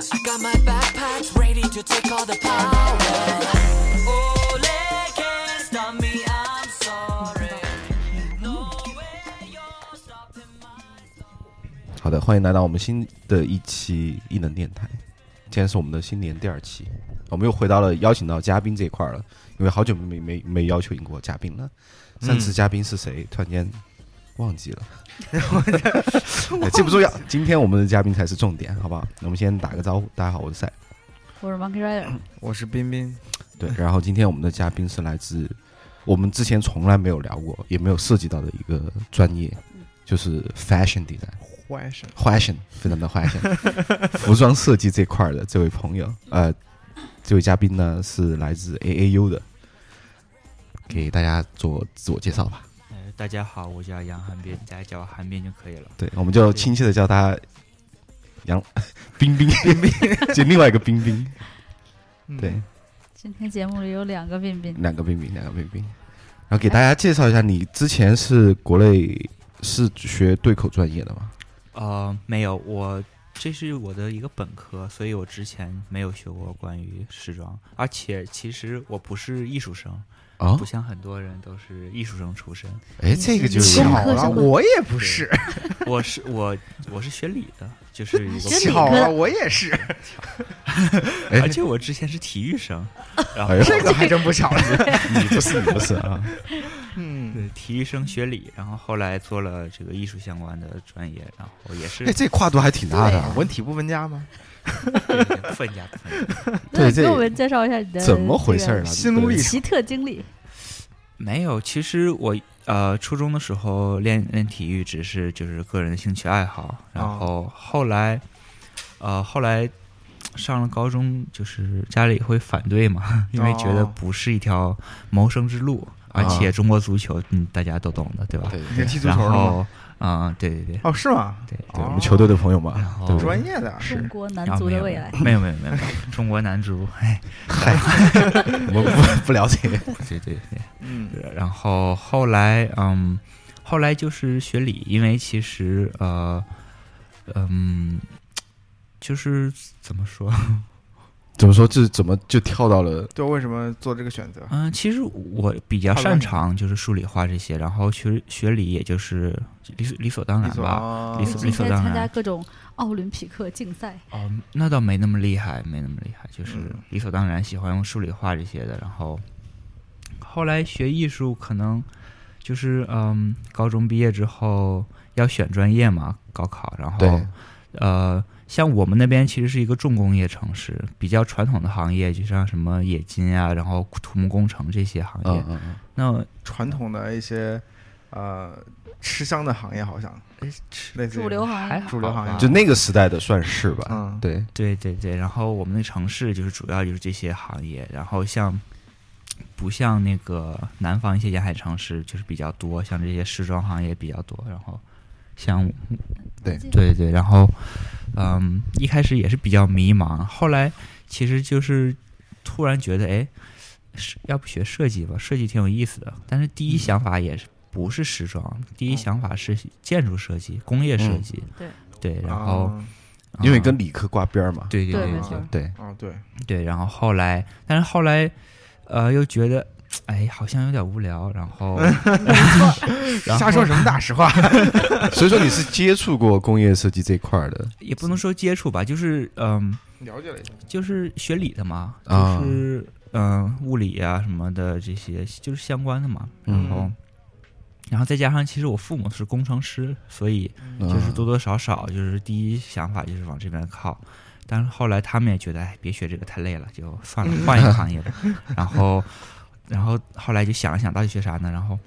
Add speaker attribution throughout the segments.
Speaker 1: I got my backpacks ready to take all the power. Oh, they can't stop me, I'm sorry. No way you're stopping my.
Speaker 2: 好的，欢迎来到我们新的一期异能电台，今天是我们的新年第二期，我们又回到了邀请到嘉宾这一块儿了，因为好久没没没邀请过嘉宾了，上次嘉宾是谁，突然间忘记了，也记不住要，今天我们的嘉宾才是重点，好不好？我们先打个招呼，大家好，我是赛，
Speaker 3: 我是 Monkey Rider，
Speaker 4: 我是彬彬，
Speaker 2: 对，然后今天我们的嘉宾是来自我们之前从来没有聊过，也没有涉及到的一个专业，就是 fashion design。
Speaker 4: 坏神，
Speaker 2: fashion，非常的 fashion，服 装设计这块儿的这位朋友，呃，这位嘉宾呢是来自 AAU 的，给大家做自我介绍吧。
Speaker 5: 呃，大家好，我叫杨寒边，大家叫我寒边就可以了。
Speaker 2: 对，我们就亲切的叫他杨 冰冰，冰冰， 就另外一个冰冰，
Speaker 4: 嗯
Speaker 2: 对，，
Speaker 3: 今天节目里有两个彬彬，
Speaker 2: 两个冰冰，两个冰冰。然后给大家介绍一下，你之前是国内是学对口专业的吗？
Speaker 5: 呃，没有，我这是我的一个本科，所以我之前没有学过关于时装，而且其实我不是艺术生，
Speaker 2: 啊
Speaker 5: 不，像很多人都是艺术生 出身，
Speaker 2: 哎，这个就有
Speaker 3: 你
Speaker 2: 点
Speaker 3: 是
Speaker 2: 好
Speaker 4: 巧
Speaker 3: 本科
Speaker 4: 了，
Speaker 3: 生吗
Speaker 4: 我也不是，
Speaker 5: 我是我我是学理的，就是一个
Speaker 3: 学理
Speaker 4: 巧
Speaker 3: 科
Speaker 4: 了，
Speaker 3: 的
Speaker 4: 我也是，
Speaker 2: 哎
Speaker 5: 而且我之前是体育生，然后
Speaker 2: 哎呦
Speaker 4: 这个还真 不巧了，
Speaker 2: 你不是你不是啊，
Speaker 4: 嗯，
Speaker 5: 对体育生学理，然后后来做了这个艺术相关的专业，然后也 是
Speaker 2: 哎，这跨度还挺大的啊。
Speaker 4: 文体不分家吗？
Speaker 5: 对对对分家不分家
Speaker 2: 对
Speaker 3: 那
Speaker 2: 这
Speaker 3: 给我们介绍一下你的
Speaker 2: 怎么回事儿
Speaker 3: 这
Speaker 2: 啊？
Speaker 4: 心路
Speaker 2: 对
Speaker 4: 历
Speaker 3: 个
Speaker 4: 程
Speaker 3: 奇特经历？
Speaker 5: 没有，其实我呃初中的时候练练体育只是就是个人的兴趣爱好，然
Speaker 4: 哦
Speaker 5: 后后来、呃后来上了高中，就是家里会反对嘛， 因为觉得
Speaker 4: 哦
Speaker 5: 不是一条谋生之路，而且中国足球嗯大家都懂的对吧？
Speaker 2: 对
Speaker 4: 你
Speaker 2: 对
Speaker 4: 是踢足
Speaker 5: 然
Speaker 4: 球的吗？
Speaker 5: 后嗯、对对对
Speaker 4: 哦，是吗？
Speaker 5: 对
Speaker 2: 对，
Speaker 4: 哦
Speaker 2: 我们球队的朋友
Speaker 5: 然
Speaker 2: 嘛，
Speaker 5: 后
Speaker 2: 对不对？
Speaker 4: 专业的
Speaker 3: 中
Speaker 4: 是，
Speaker 3: 国男
Speaker 5: 然后
Speaker 3: 足
Speaker 5: 没
Speaker 3: 的
Speaker 5: 有
Speaker 3: 未来，
Speaker 5: 没有没有没有，中国男足哎
Speaker 2: 我们 不不了解。
Speaker 5: 对对对。
Speaker 4: 嗯，
Speaker 5: 然后后来，嗯，后来就是学理，因为其实呃，嗯，就是怎么说，
Speaker 2: 怎么说？这怎么就跳到了？
Speaker 4: 对，为什么做这个选择？
Speaker 5: 嗯，其实我比较擅长就是数理化这些，然后学学理也就是理所理所当
Speaker 4: 理
Speaker 5: 然
Speaker 4: 所
Speaker 5: 嗯吧。
Speaker 4: 啊
Speaker 5: 理
Speaker 3: 你
Speaker 5: 所
Speaker 3: 之前
Speaker 5: 当然
Speaker 3: 参加各种奥林匹克竞赛，
Speaker 5: 哦，那倒没那么厉害，没那么厉害，就是
Speaker 4: 嗯
Speaker 5: 理所当然喜欢用数理化这些的。然后后来学艺术，可能就是嗯，高中毕业之后要选专业嘛，高考，然后
Speaker 2: 对
Speaker 5: 呃，像我们那边其实是一个重工业城市，比较传统的行业，就像什么冶金啊，然后土木工程这些行业。
Speaker 2: 嗯嗯嗯，
Speaker 5: 那
Speaker 4: 传统的一些呃吃香的行业，好像
Speaker 5: 哎
Speaker 4: 类似于
Speaker 3: 主流行
Speaker 5: 还
Speaker 3: 业
Speaker 5: 好，
Speaker 4: 主流行业
Speaker 2: 嗯
Speaker 5: 吧
Speaker 2: 就那个时代的算是吧。
Speaker 4: 嗯，
Speaker 2: 对，
Speaker 5: 啊对对对，然后我们的城市就是主要就是这些行业，然后像不像那个南方一些沿海城市就是比较多，像这些时装行业比较多，然后像
Speaker 2: 对
Speaker 5: 对对对，然后嗯，一开始也是比较迷茫，后来其实就是突然觉得，哎，是要不学设计吧，设计挺有意思的，但是第一想法也是。不是时装，第
Speaker 4: 嗯
Speaker 5: 一
Speaker 4: 哦
Speaker 5: 想法是建筑设计、工业设
Speaker 2: 嗯
Speaker 5: 计，
Speaker 3: 对
Speaker 5: 对然后、
Speaker 4: 啊
Speaker 2: 因为
Speaker 5: 嗯
Speaker 2: 跟理科挂边儿嘛。
Speaker 5: 对对
Speaker 3: 对
Speaker 5: 对
Speaker 3: 没
Speaker 5: 对
Speaker 3: 错，
Speaker 2: 对，
Speaker 4: 啊对，
Speaker 5: 对，然后后来，但是后来，呃，又觉得，哎，好像有点无聊，然 后然后
Speaker 4: 瞎说什么大实话？
Speaker 2: 所以说你是接触过工业设计这块儿的，
Speaker 5: 也不能说接触吧，就是嗯、
Speaker 4: 了解了一下，
Speaker 5: 就是学理的嘛，就
Speaker 2: 啊
Speaker 5: 是嗯、物理啊什么的这些，就是相关的嘛，然
Speaker 2: 嗯
Speaker 5: 后。然后再加上，其实我父母是工程师，所以
Speaker 2: 嗯
Speaker 5: 就是多多少少就是第一想法就是往这边靠，但是后来他们也觉得哎，别学这个太累了，就算了，换一个行业吧。然后，然后后来就想了想，到底学啥呢？然后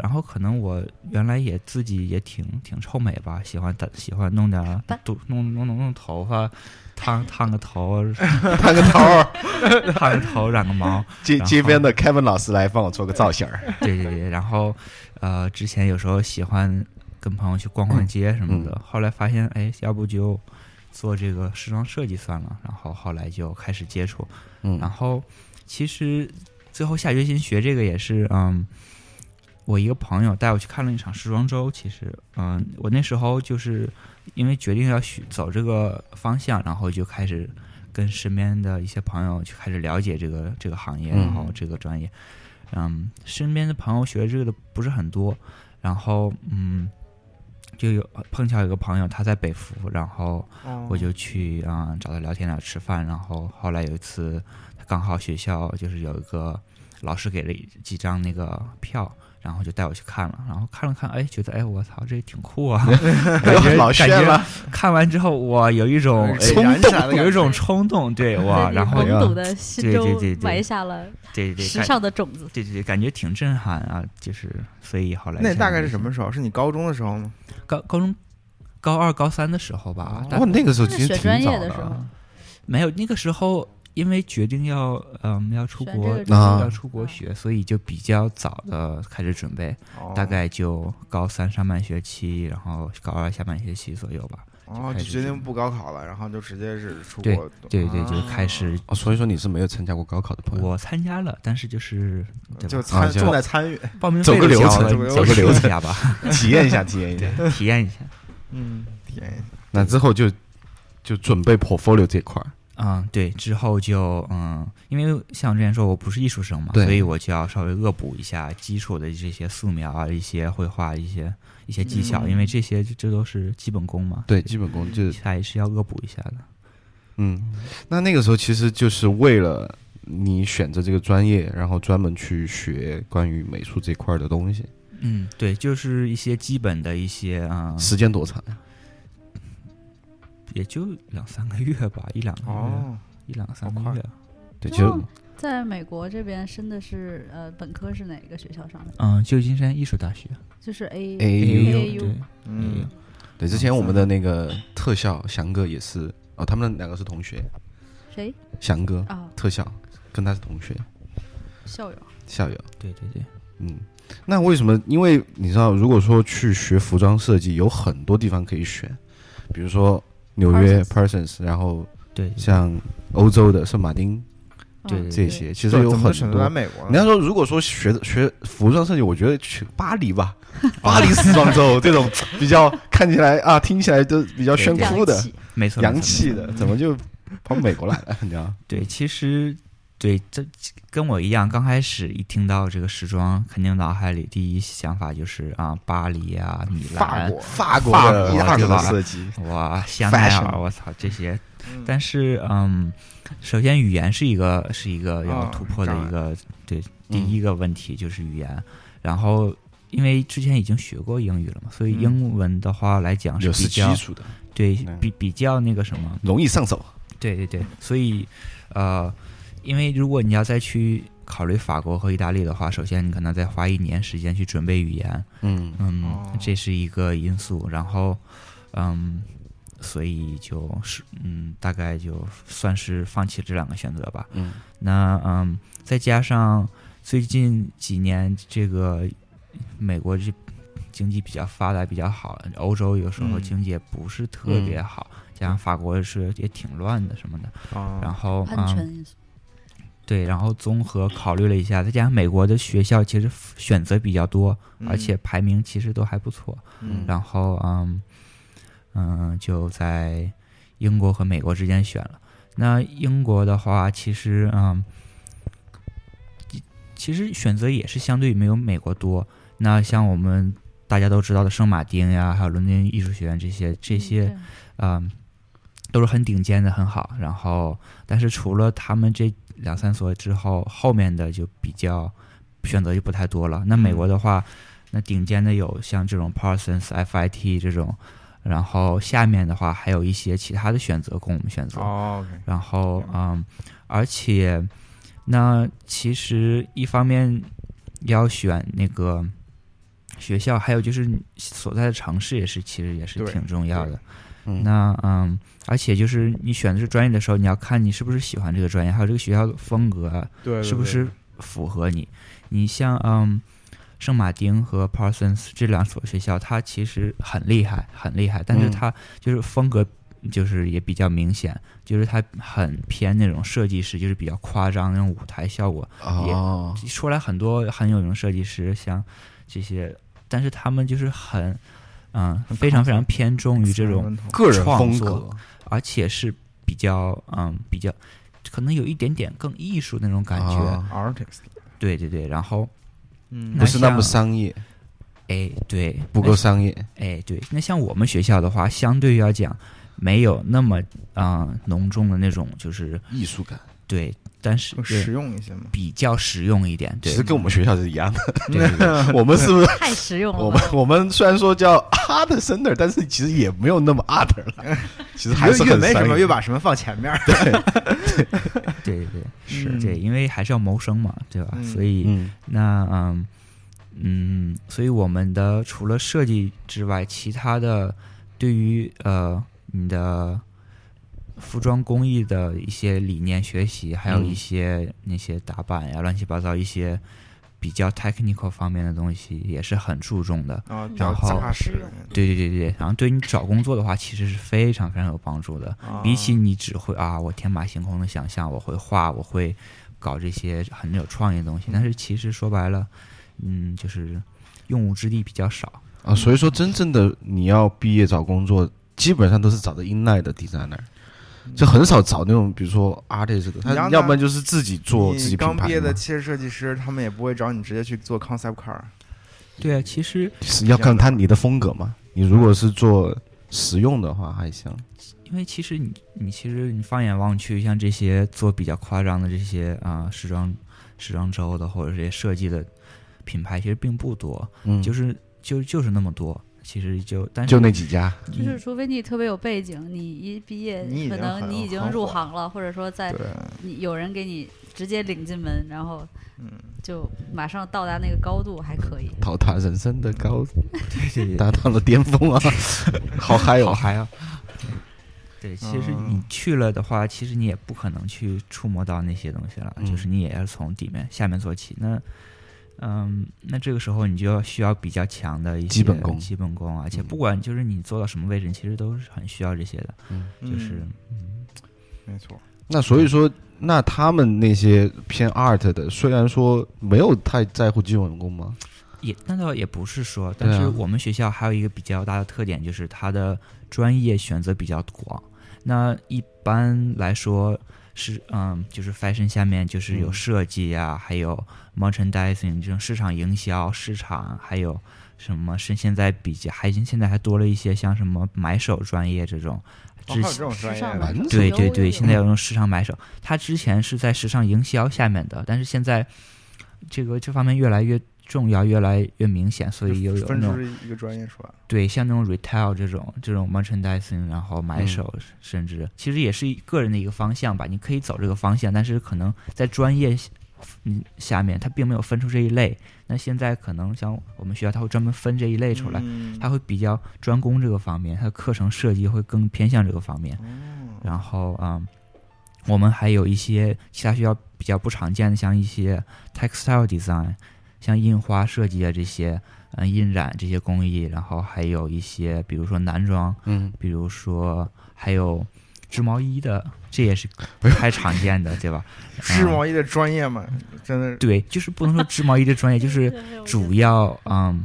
Speaker 5: 然后可能我原来也自己也挺挺臭美吧，喜欢打喜欢弄点儿
Speaker 3: 吧
Speaker 5: 弄弄弄弄弄头发，烫烫个头，
Speaker 2: 烫个头儿，
Speaker 5: 烫个头，染个毛，
Speaker 2: 街
Speaker 5: 然后
Speaker 2: 街边的 Kevin 老师来帮我做个造型儿。
Speaker 5: 对对对，然后呃，之前有时候喜欢跟朋友去逛逛街什么的，后来发现哎，要不就做这个时装设计算了，然后后来就开始接触，
Speaker 2: 嗯
Speaker 5: 然后其实最后下决心学这个也是，嗯，我一个朋友带我去看了一场时装周。其实，嗯，我那时候就是因为决定要学走这个方向，然后就开始跟身边的一些朋友去开始了解这个这个行业，
Speaker 2: 嗯
Speaker 5: 然后这个专业。嗯，身边的朋友学这个的不是很多，然后嗯，就有碰巧有个朋友他在北服，然后
Speaker 4: 哦
Speaker 5: 我就去啊、嗯找他聊天聊吃饭，然后后来有一次，刚好学校就是有一个老师给了一几张那个票，然后就带我去看了，然后看了看，哎，觉得哎我操这挺酷 啊，
Speaker 2: 哎呦老
Speaker 5: 感
Speaker 2: 炫
Speaker 5: 觉
Speaker 2: 了，
Speaker 5: 看完之后我有一种
Speaker 4: 哎
Speaker 2: 冲
Speaker 5: 哎
Speaker 4: 燃起来的感觉
Speaker 5: 有一种冲动，对哇，
Speaker 3: 在你
Speaker 5: 然后
Speaker 2: 哎呀
Speaker 3: 懵懂的心
Speaker 5: 对对
Speaker 3: 中
Speaker 5: 对对
Speaker 3: 埋下了
Speaker 5: 对对对，
Speaker 3: 时
Speaker 5: 感
Speaker 3: 尚的种子。
Speaker 5: 对对对，感觉挺震撼啊，就是所以后来
Speaker 4: 那
Speaker 5: 想
Speaker 4: 大概是什么时候？是你高中的时候吗？
Speaker 5: 高高中高二高三的时候吧
Speaker 4: 哦，
Speaker 5: 大
Speaker 2: 哇，那个时候
Speaker 3: 那
Speaker 2: 其实
Speaker 3: 学
Speaker 2: 挺
Speaker 3: 专
Speaker 2: 早
Speaker 3: 业的时候
Speaker 2: 啊，
Speaker 5: 没有，那个时候因为决定要嗯要出
Speaker 3: 选
Speaker 5: 国
Speaker 3: 这，个嗯
Speaker 2: 啊
Speaker 5: 要出国学，所以就比较早的开始准备，
Speaker 4: 哦
Speaker 5: 大概就高三上半学期，然后高二下半学期左右吧。
Speaker 4: 哦，就
Speaker 5: 就开始
Speaker 4: 决
Speaker 5: 是
Speaker 4: 定不高考了，然后就直接是出国。
Speaker 5: 对对，就
Speaker 4: 啊
Speaker 5: 开始
Speaker 2: 哦，所以说你是没有参加过高考
Speaker 3: 哦
Speaker 2: 的朋友，
Speaker 5: 我参加了，但是就是对吧
Speaker 4: 就
Speaker 2: 啊
Speaker 4: 参
Speaker 2: 就
Speaker 4: 重在参与。
Speaker 5: 报名
Speaker 2: 走
Speaker 5: 费
Speaker 2: 个
Speaker 5: 都
Speaker 2: 流
Speaker 5: 交
Speaker 2: 程
Speaker 5: 了
Speaker 4: 走
Speaker 5: 你
Speaker 4: 个
Speaker 5: 走
Speaker 2: 流
Speaker 5: 试一
Speaker 2: 程
Speaker 5: 下吧，
Speaker 2: 体验一下，体验一 下。
Speaker 5: 体验一下。
Speaker 4: 嗯，天，
Speaker 2: 那之后就就准备 portfolio 这块儿，
Speaker 5: 嗯，对，之后就嗯，因为像我之前说我不是艺术生嘛，
Speaker 2: 对
Speaker 5: 所以我就要稍微恶补一下基础的这些素描啊、一些绘画、一些一些技巧，
Speaker 4: 嗯
Speaker 5: 因为这些这都是基本功嘛，
Speaker 2: 对，基本功就是
Speaker 5: 下也是要恶补一下的。
Speaker 2: 嗯，那那个时候其实就是为了你选择这个专业，然后专门去学关于美术这块儿的东西，
Speaker 5: 嗯，对，就是一些基本的一些啊、
Speaker 2: 时间多长呀？
Speaker 5: 也就两三个月吧，一两个月，
Speaker 4: 哦，
Speaker 5: 一两三个
Speaker 4: 好
Speaker 5: 月。
Speaker 2: 对，
Speaker 3: 哦
Speaker 2: 就
Speaker 3: 在美国这边申的是呃本科是哪个学校上的？
Speaker 5: 嗯，旧金山艺术大学
Speaker 3: 就是 A
Speaker 2: A
Speaker 3: AU
Speaker 2: U。
Speaker 3: AU
Speaker 5: 对，
Speaker 4: 嗯，
Speaker 2: 哎对，之前我们的那个特效翔哥也是，哦，他们两个是同学，
Speaker 3: 谁
Speaker 2: 翔哥
Speaker 3: 啊？
Speaker 2: 特效跟他是同学
Speaker 3: 校友
Speaker 2: 校友。
Speaker 5: 对对对，
Speaker 2: 嗯，那为什么？因为你知道，如果说去学服装设计，有很多地方可以选，比如说纽约 Parsons，然后
Speaker 5: 对对
Speaker 2: 像欧洲的圣马丁
Speaker 5: 对
Speaker 3: 嗯
Speaker 5: 对
Speaker 2: 这些，其实有
Speaker 4: 怎么
Speaker 2: 很
Speaker 4: 选择来
Speaker 2: 多。
Speaker 4: 美国
Speaker 2: 你
Speaker 4: 呢？
Speaker 2: 要说，如果说学学服装设计，我觉得去巴黎 吧，巴黎时装周这种比较看起来啊，听起来都比较炫酷的
Speaker 3: 洋、气
Speaker 5: 没错，
Speaker 2: 洋
Speaker 5: 没错
Speaker 2: 气的，怎么就跑美国来了？你知 道？
Speaker 5: 对，其实对这跟我一样，刚开始一听到这个时装，肯定脑海里第一想法就是啊，巴黎啊，米
Speaker 4: 法
Speaker 5: 兰，
Speaker 4: 国，
Speaker 2: 法国
Speaker 5: 法
Speaker 2: 的
Speaker 5: 国
Speaker 2: 法国啊
Speaker 5: 对
Speaker 2: 的
Speaker 5: 吧
Speaker 2: 设计，
Speaker 5: 哇，香奈
Speaker 2: Fashion
Speaker 5: 儿，我操，这些。
Speaker 4: 嗯
Speaker 5: 但是，嗯，首先语言是一个是一个要
Speaker 4: 啊
Speaker 5: 突破的
Speaker 4: 障碍
Speaker 5: 一个、对
Speaker 2: 嗯
Speaker 5: 第一个问题就是语言，然后。因为之前已经学过英语了嘛，所以
Speaker 4: 嗯
Speaker 5: 英文的话来讲是
Speaker 2: 有
Speaker 5: 比
Speaker 2: 是基
Speaker 5: 较、
Speaker 2: 础的，
Speaker 5: 对
Speaker 2: 嗯
Speaker 5: 比比较那个什么，
Speaker 2: 容易上手。
Speaker 5: 对对对，所以呃，因为如果你要再去考虑法国和意大利的话，首先你可能再花一年时间去准备语言，
Speaker 2: 嗯，
Speaker 5: 嗯，
Speaker 4: 哦
Speaker 5: 这是一个因素。然后，嗯，所以就是嗯，大概就算是放弃这两个选择吧。
Speaker 2: 嗯，
Speaker 5: 那嗯，再加上最近几年这个美国这经济比较发达比较好，欧洲有时候
Speaker 4: 嗯
Speaker 5: 经济也不是特别好，加上法国是也挺乱的什么的。然
Speaker 4: 啊，
Speaker 5: 后
Speaker 3: 安
Speaker 5: 嗯，
Speaker 3: 全因素，
Speaker 5: 对，然后综合考虑了一下，再加上美国的学校其实选择比较多，
Speaker 4: 嗯
Speaker 5: 而且排名其实都还不错。
Speaker 4: 嗯
Speaker 5: 然后嗯嗯，就在英国和美国之间选了。那英国的话，其实嗯，其实选择也是相对没有美国多。那像我们大家都知道的圣马丁呀，还有伦敦艺术学院这些这些，
Speaker 3: 嗯
Speaker 5: 嗯，都是很顶尖的，很好。然后，但是除了他们这两三所之后，后面的就比较选择就不太多了。那美国的话，那顶尖的有像这种 Parsons、FIT 这种，然后下面的话还有一些其他的选择供我们选择。
Speaker 4: 哦，OK，
Speaker 5: 然后嗯，而且那其实一方面要选那个学校，还有就是你所在的城市也是，其实也是
Speaker 4: 对
Speaker 5: 挺重要的。
Speaker 2: 嗯
Speaker 5: 那嗯，而且就是你选择这专业的时候，你要看你是不是喜欢这个专业，还有这个学校的风格啊
Speaker 4: 对对
Speaker 5: 是不
Speaker 4: 对
Speaker 5: 是符合你。你像嗯，圣马丁和 Parsons 这两所学校，它其实很厉害，很厉害，但是
Speaker 2: 嗯
Speaker 5: 它就是风格就是也比较明显，就是它很偏那种设计师，就是比较夸张那种舞台效果。
Speaker 2: 哦，
Speaker 5: 说来很多很有名设计师，像这些，但是他们就是很，嗯，非常非常偏重于这种，
Speaker 4: 传统
Speaker 2: 个人风
Speaker 5: 创
Speaker 2: 格
Speaker 5: 作，而且是比较，嗯，比较可能有一点点更艺术那种感觉。
Speaker 2: 啊
Speaker 4: artist，
Speaker 5: 对对对，然后
Speaker 4: 嗯
Speaker 2: 不是那么
Speaker 5: 那像
Speaker 2: 商业，
Speaker 5: 哎，对，
Speaker 2: 不够商业。
Speaker 5: 哎，对，那像我们学校的话，相对于来讲，没有那么啊、呃浓重的那种，就是
Speaker 2: 艺术感，
Speaker 5: 对，但是
Speaker 4: 更
Speaker 5: 对
Speaker 4: 实用一些嘛。
Speaker 5: 比较实用一点，
Speaker 2: 其
Speaker 5: 对
Speaker 2: 实，跟我们学校是一 样的。
Speaker 5: 对对对
Speaker 2: 我们是不是？
Speaker 3: 太
Speaker 4: 嗯
Speaker 3: 实用了
Speaker 2: 我们
Speaker 3: 吧。
Speaker 2: 我们虽然说叫 art center，但是其实也没有那么 art 了，其实还是
Speaker 4: 越
Speaker 2: 很
Speaker 4: 没
Speaker 2: 商
Speaker 4: 什么，
Speaker 2: 业
Speaker 4: 越把什么放前面儿。
Speaker 5: 对对对，
Speaker 4: 是
Speaker 5: 对，因为还是要谋生嘛，对吧？
Speaker 4: 嗯
Speaker 5: 所以、
Speaker 2: 嗯
Speaker 5: 那嗯嗯，所以我们的除了设计之外，其他的对于呃你的服装工艺的一些理念学习，还有
Speaker 2: 嗯
Speaker 5: 一些、那些打扮呀、乱七八糟一些比较 technical 方面的东西，也是很注重的。
Speaker 4: 啊，比较
Speaker 5: 然后
Speaker 4: 扎实。
Speaker 5: 对对对对，然后对你找工作的话，其实是非常非常有帮助的。
Speaker 4: 啊
Speaker 5: 比起你只会啊，我天马行空的想象，我会画，我会搞这些很有创意的东西，但是其实说白了，嗯，就是用武之地比较少。
Speaker 2: 啊，所以说真正的你要毕业找工作，基本上都是找的 inline 的 designer，就很少找那种比如说 artist，的
Speaker 4: 你
Speaker 2: 他
Speaker 4: 要拿
Speaker 2: 要不然就是自己做自己
Speaker 4: 你
Speaker 2: 品
Speaker 4: 刚毕
Speaker 2: 牌
Speaker 4: 业的
Speaker 2: 嘛，
Speaker 4: 汽车设计师，他们也不会找你直接去做 concept car。
Speaker 5: 对啊，其实
Speaker 2: 是要看他你的风格嘛。你如果是做实用的话，还行。
Speaker 5: 因为其实你你其实你放眼望去，像这些做比较夸张的这些啊、时装时装周的或者这些设计的品牌，其实并不多，
Speaker 2: 嗯，
Speaker 5: 就是是就就是那么多。其实就但是
Speaker 2: 就那几家，
Speaker 5: 你
Speaker 3: 就是除非你特别有背景，你一毕业
Speaker 4: 你已
Speaker 3: 可
Speaker 4: 经
Speaker 3: 能
Speaker 4: 很
Speaker 3: 你已经
Speaker 4: 很
Speaker 3: 入
Speaker 4: 火
Speaker 3: 行了，或者说在
Speaker 4: 对，
Speaker 3: 你有人给你直接领进门，然后
Speaker 4: 嗯，
Speaker 3: 就马上到达那个高度，还可以。
Speaker 2: 淘汰人生的高，
Speaker 5: 对对对
Speaker 2: 达到了巅峰 啊，好嗨
Speaker 5: 好
Speaker 2: 哦！
Speaker 5: 嗨啊！对，其实
Speaker 2: 嗯
Speaker 5: 你去了的话，其实你也不可能去触摸到那些东西了，
Speaker 2: 嗯
Speaker 5: 就是你也要从底面下面做起。那，嗯，那这个时候你就要需要比较强的一些
Speaker 2: 基本功
Speaker 5: 基本功，而且
Speaker 2: 嗯
Speaker 5: 不管就是你做到什么位置，你其实都是很需要这些的。就是
Speaker 4: 嗯没错，
Speaker 2: 那所以
Speaker 5: 嗯
Speaker 2: 说，那他们那些偏 art 的，虽然说没有太在乎基本功嘛，
Speaker 5: 也那倒也不是说，
Speaker 2: 对
Speaker 5: 但
Speaker 2: 啊
Speaker 5: 是我们学校还有一个比较大的特点，就是它的专业选择比较广。那一般来说是嗯，就是 fashion 下面就是有
Speaker 2: 嗯
Speaker 5: 设计啊，还有 merchandising 这种市场营销、市场，还有什么是现在比较还现在还多了一些像什么买手专业这种。
Speaker 4: 哦
Speaker 5: 之
Speaker 4: 还有这种专业
Speaker 3: 时
Speaker 5: 哎
Speaker 3: 尚
Speaker 4: 的
Speaker 3: 吧
Speaker 2: 蛮
Speaker 5: 对
Speaker 3: 有
Speaker 5: 对
Speaker 3: 有
Speaker 5: 对，
Speaker 3: 有
Speaker 5: 现在有那种时尚买手，他之前是在时尚营销下面的，但是现在这个这方面越来越重要，越来越明显，所以又有
Speaker 4: 分
Speaker 5: 那
Speaker 4: 出
Speaker 5: 种
Speaker 4: 一个专业出来。
Speaker 5: 对像那种 retail 这种这种 merchandising，然后买
Speaker 2: 嗯
Speaker 5: 手，甚至其实也是一个人的一个方向吧，你可以走这个方向，但是可能在专业嗯下面，它并没有分出这一类。那现在可能像我们学校，它会专门分这一类出来，
Speaker 4: 嗯
Speaker 5: 它会比较专攻这个方面，它的课程设计会更偏向这个方面。
Speaker 4: 哦
Speaker 5: 然后啊、嗯我们还有一些其他学校比较不常见的，像一些 textile design，像印花设计啊这些，嗯，印染这些工艺，然后还有一些比如说男装，
Speaker 2: 嗯，
Speaker 5: 比如说还有织毛衣的，这也是不太常见的，对吧？
Speaker 4: 哎
Speaker 5: 嗯
Speaker 4: 织毛衣的专业嘛，真的
Speaker 5: 对，就是不能说织毛衣这专业，就是主要嗯，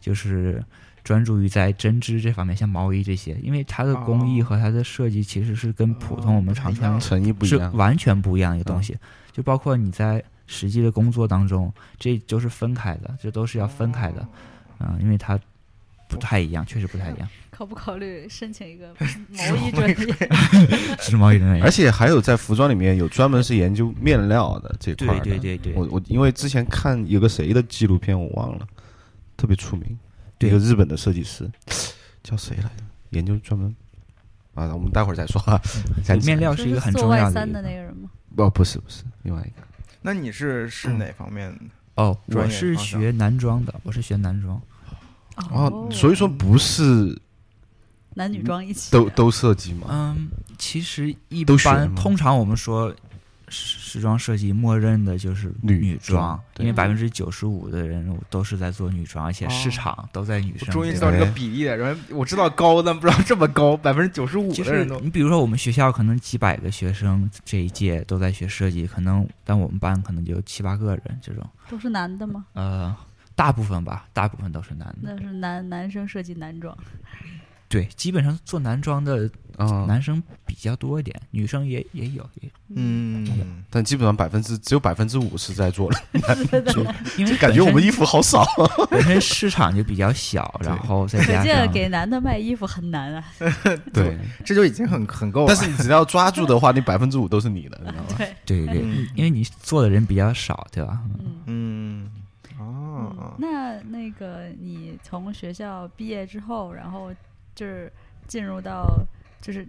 Speaker 5: 就是专注于在针织这方面，像毛衣这些，因为它的工艺
Speaker 4: 哦
Speaker 5: 和它的设计其实是跟普通
Speaker 4: 哦
Speaker 5: 我们
Speaker 4: 不太
Speaker 5: 常
Speaker 4: 一
Speaker 5: 穿
Speaker 4: 样
Speaker 5: 的
Speaker 2: 诚意不一
Speaker 5: 是
Speaker 2: 样。嗯
Speaker 5: 完全不一样一个东西。就包括你在实际的工作当中，这都是分开的，这都是要分开的，
Speaker 2: 哦
Speaker 4: 哦
Speaker 5: 嗯、因为它不太一样，确实不太一 样。
Speaker 3: 考不考虑申请一个毛衣专业？
Speaker 5: 织毛衣人
Speaker 2: 而且还有在服装里面有专门是研究面料的这块
Speaker 5: 对
Speaker 2: 的。
Speaker 5: 对对对，
Speaker 2: 我我因为之前看有个谁的纪录片我忘了，特别出名，
Speaker 5: 对
Speaker 2: 一个日本的设计师，叫谁来着？研究专门啊，我们待会儿再说啊。 咱
Speaker 5: 嗯面料
Speaker 3: 就是
Speaker 5: 一个很
Speaker 3: 做
Speaker 5: 重
Speaker 3: 外
Speaker 5: 要
Speaker 3: 三
Speaker 5: 一
Speaker 3: 的那
Speaker 5: 个
Speaker 3: 个人吗？
Speaker 2: 哦，不是不是，另外一个
Speaker 4: 那你是是哪方面的？
Speaker 5: 哦，
Speaker 4: 专
Speaker 5: 我
Speaker 4: 业
Speaker 5: 是
Speaker 4: 方向
Speaker 5: 学男装的，我是学男装，
Speaker 2: 哦，所以说不是
Speaker 3: 男女装一起
Speaker 2: 都都设计嘛，
Speaker 5: 嗯，其实一
Speaker 2: 都学
Speaker 5: 般
Speaker 2: 吗
Speaker 5: 通常我们说时时装设计，默认的就是
Speaker 2: 女
Speaker 5: 女装
Speaker 2: 装，对
Speaker 5: 因
Speaker 3: 嗯
Speaker 5: 为百分之九十五的人都是在做女装，而且
Speaker 4: 哦
Speaker 5: 市场都在女
Speaker 4: 我
Speaker 5: 生。
Speaker 4: 终于
Speaker 5: 对
Speaker 4: 知
Speaker 5: 吧
Speaker 4: 道这个
Speaker 2: 对
Speaker 4: 比例了。然后我知道高，但不知道这么高，百分之九十五
Speaker 5: 就
Speaker 4: 的
Speaker 5: 是
Speaker 4: 人都
Speaker 5: 你比如说我们学校可能几百个学生这一届都在学设计，可能但我们班可能就七八个人这种，
Speaker 3: 都是男的吗？
Speaker 5: 呃，大部分吧，大部分都是男的。
Speaker 3: 那是男男生设计男装，
Speaker 5: 对，基本上做男装的
Speaker 2: 啊，
Speaker 5: 男生比较多一点，女生也也有，也
Speaker 4: 嗯，
Speaker 2: 但基本上百分之只有百分之五是在做了，
Speaker 3: 是的，
Speaker 5: 因为
Speaker 2: 感觉我
Speaker 5: 本
Speaker 2: 们
Speaker 5: 身
Speaker 2: 衣服好 少。
Speaker 5: 本身市场就比较小，然后再
Speaker 3: 可
Speaker 5: 加
Speaker 3: 见
Speaker 5: 上
Speaker 3: 给男的卖衣服很难啊。
Speaker 2: 对，
Speaker 4: 这就已经很很够了。
Speaker 2: 但是你只要抓住的话，那百分之五都是你的，你知道吗？
Speaker 3: 对，
Speaker 5: 对对，
Speaker 4: 嗯
Speaker 5: 因为你做的人比较少，对吧？
Speaker 3: 嗯。
Speaker 4: 嗯，哦
Speaker 3: 嗯，，那那个你从学校毕业之后，然后就是进入到就是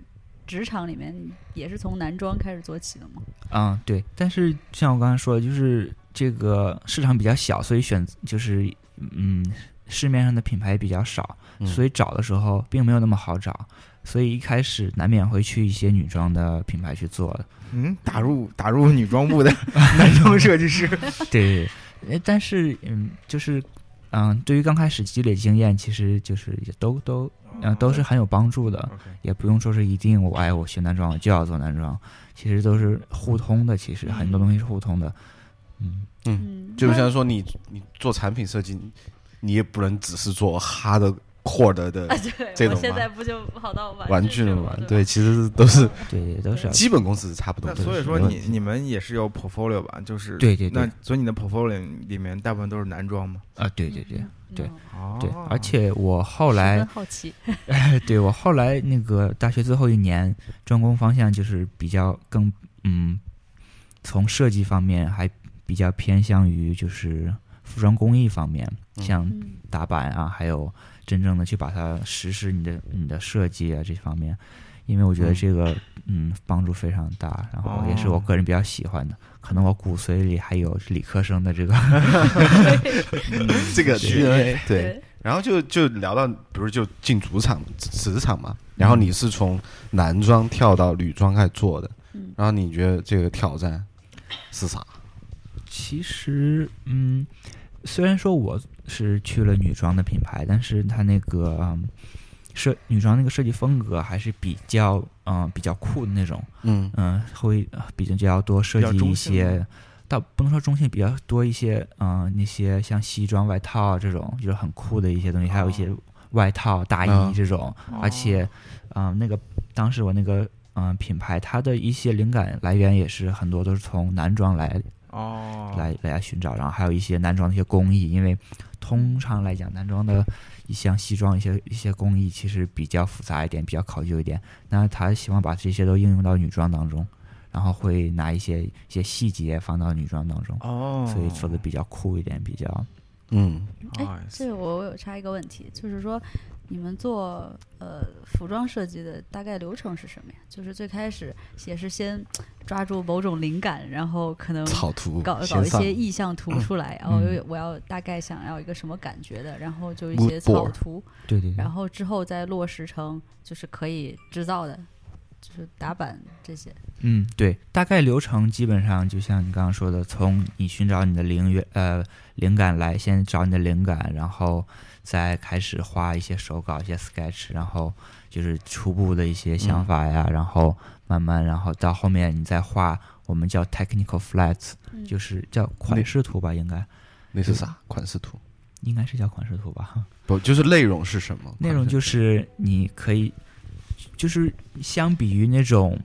Speaker 3: 职场里面，你也是从男装开始做起的吗？
Speaker 5: 嗯，对。但是像我刚才说的，就是这个市场比较小，所以选就是嗯，市面上的品牌比较少，
Speaker 2: 嗯
Speaker 5: 所以找的时候并没有那么好找，所以一开始难免会去一些女装的品牌去做的。
Speaker 4: 嗯，打入打入女装部的 男装设计师，
Speaker 5: 对，呃但是嗯，就是嗯，对于刚开始积累经验，其实就是也都都嗯、都是很有帮助的。
Speaker 4: OK
Speaker 5: 也不用说是一定我哎我学男装我就要做男装，其实都是互通的，其实很多东西是互通的。嗯，
Speaker 3: 嗯，
Speaker 2: 就
Speaker 3: 那
Speaker 2: 像说你你做产品设计，你也不能只是做 hard core 的的这
Speaker 3: 啊对，我
Speaker 2: 种
Speaker 3: 现
Speaker 2: 嘛
Speaker 3: 在不就跑到玩
Speaker 2: 玩具
Speaker 3: 具
Speaker 2: 了
Speaker 3: 了
Speaker 2: 嘛，
Speaker 3: 哎对
Speaker 2: 对，其实都是
Speaker 5: 对，都是要
Speaker 2: 基本工资是差不多
Speaker 4: 那
Speaker 2: 的。
Speaker 4: 所以说
Speaker 2: 没
Speaker 4: 你
Speaker 2: 问题
Speaker 4: 你们也是有 portfolio 吧？就是
Speaker 5: 对对对
Speaker 4: 那所以你的 portfolio 里面大部分都是男装嘛？
Speaker 5: 啊，对对对对
Speaker 3: 嗯
Speaker 4: 哦
Speaker 5: 对，而且我后来哎
Speaker 3: 十分好奇，
Speaker 5: 对我后来那个大学最后一年，专攻方向就是比较更嗯，从设计方面还比较偏向于就是服装工艺方面，
Speaker 2: 嗯
Speaker 5: 像
Speaker 3: 嗯
Speaker 5: 打版啊，还有真正的去把它实施你的你的设计啊这方面，因为我觉得
Speaker 2: 嗯
Speaker 5: 这个嗯帮助非常大，然后也是我
Speaker 4: 哦
Speaker 5: 个人比较喜欢的，可能我骨髓里还有理科生的这个
Speaker 2: 这个
Speaker 5: 是
Speaker 2: DNA 对，
Speaker 3: 对，
Speaker 2: 然后就就聊到，比如就进主场职场嘛，然后你是从男装跳到女装开始做的
Speaker 3: 嗯，
Speaker 2: 然后你觉得这个挑战是啥？
Speaker 5: 其实，嗯，虽然说我是去了女装的品牌，但是它那个、嗯设女装那个设计风格还是比较嗯、比较酷的那种，
Speaker 2: 嗯
Speaker 5: 嗯、会呃比较多设
Speaker 4: 比较
Speaker 5: 计
Speaker 4: 中
Speaker 5: 一
Speaker 4: 性
Speaker 5: 些，倒不能说中性，比较多一些嗯、呃那些像西装外套啊这种，就是很酷的一些东西，还有一些外套、大
Speaker 2: 嗯
Speaker 5: 衣这种，而且嗯、呃那个当时我那个。嗯，品牌它的一些灵感来源也是很多都是从男装来
Speaker 4: 哦，
Speaker 5: 来来寻找，然后还有一些男装的一些工艺，因为通常来讲，男装的一像西装一些一些工艺其实比较复杂一点，比较考究一点。那他希望把这些都应用到女装当中，然后会拿一些一些细节放到女装当中，
Speaker 4: 哦，
Speaker 5: 所以做的比较酷一点，比较
Speaker 2: 嗯，
Speaker 3: 哎，这个我有插一个问题，就是说你们做呃服装设计的大概流程是什么呀？就是最开始也是先抓住某种灵感，然后可能
Speaker 2: 草图
Speaker 3: 嗯搞搞
Speaker 2: 先
Speaker 3: 一
Speaker 2: 上
Speaker 3: 些意象
Speaker 5: 嗯
Speaker 3: 图出来，然后又有我要大概想要一个什么感觉的，然后就一
Speaker 2: Mood
Speaker 3: 些草
Speaker 2: board
Speaker 3: 图，
Speaker 5: 对对对
Speaker 3: 然后之后再落实成就是可以制造的，就是打板这些。
Speaker 5: 嗯，对，大概流程基本上就像你刚刚说的，从你寻找你的灵源呃灵感来，先找你的灵感，然后再开始画一些手稿、一些 sketch，然后就是初步的一些想法呀，然后慢慢，然后到后面你再画我们叫 technical flats，、
Speaker 3: 嗯
Speaker 5: 就是叫款式图吧，应该
Speaker 2: 那是啥款式图？
Speaker 5: 应该是叫款式图吧。
Speaker 2: 不就是内容是什么？
Speaker 5: 内容就是你可以，就是相比于那种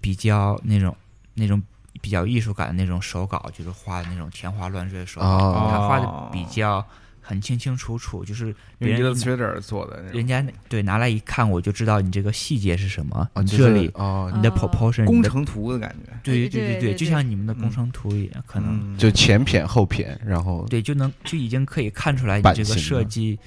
Speaker 5: 比较那种那种比较艺术感的那种手稿，就是画的那种天花乱坠的手稿，
Speaker 2: 哦
Speaker 5: 他画的比较很清清楚楚，就是别
Speaker 4: 用
Speaker 5: 人
Speaker 4: Illustrator 做的那种
Speaker 5: 人家对拿来一看，我就知道你这个细节是什么，
Speaker 2: 啊，
Speaker 5: 你
Speaker 2: 就
Speaker 5: 这
Speaker 2: 是
Speaker 5: 里
Speaker 2: 哦，
Speaker 5: 你的
Speaker 3: 哦
Speaker 5: proportion，
Speaker 4: 工
Speaker 5: 你的
Speaker 4: 程图的感觉，
Speaker 5: 对
Speaker 3: 对对
Speaker 5: 对
Speaker 3: 对
Speaker 5: 就
Speaker 3: 对
Speaker 5: 像你们的工
Speaker 4: 嗯
Speaker 5: 程图一样，可能
Speaker 4: 嗯
Speaker 2: 就前片后片，然后
Speaker 5: 对就能就已经可以看出来你
Speaker 2: 版
Speaker 5: 这个
Speaker 2: 型
Speaker 5: 设
Speaker 2: 了
Speaker 5: 计，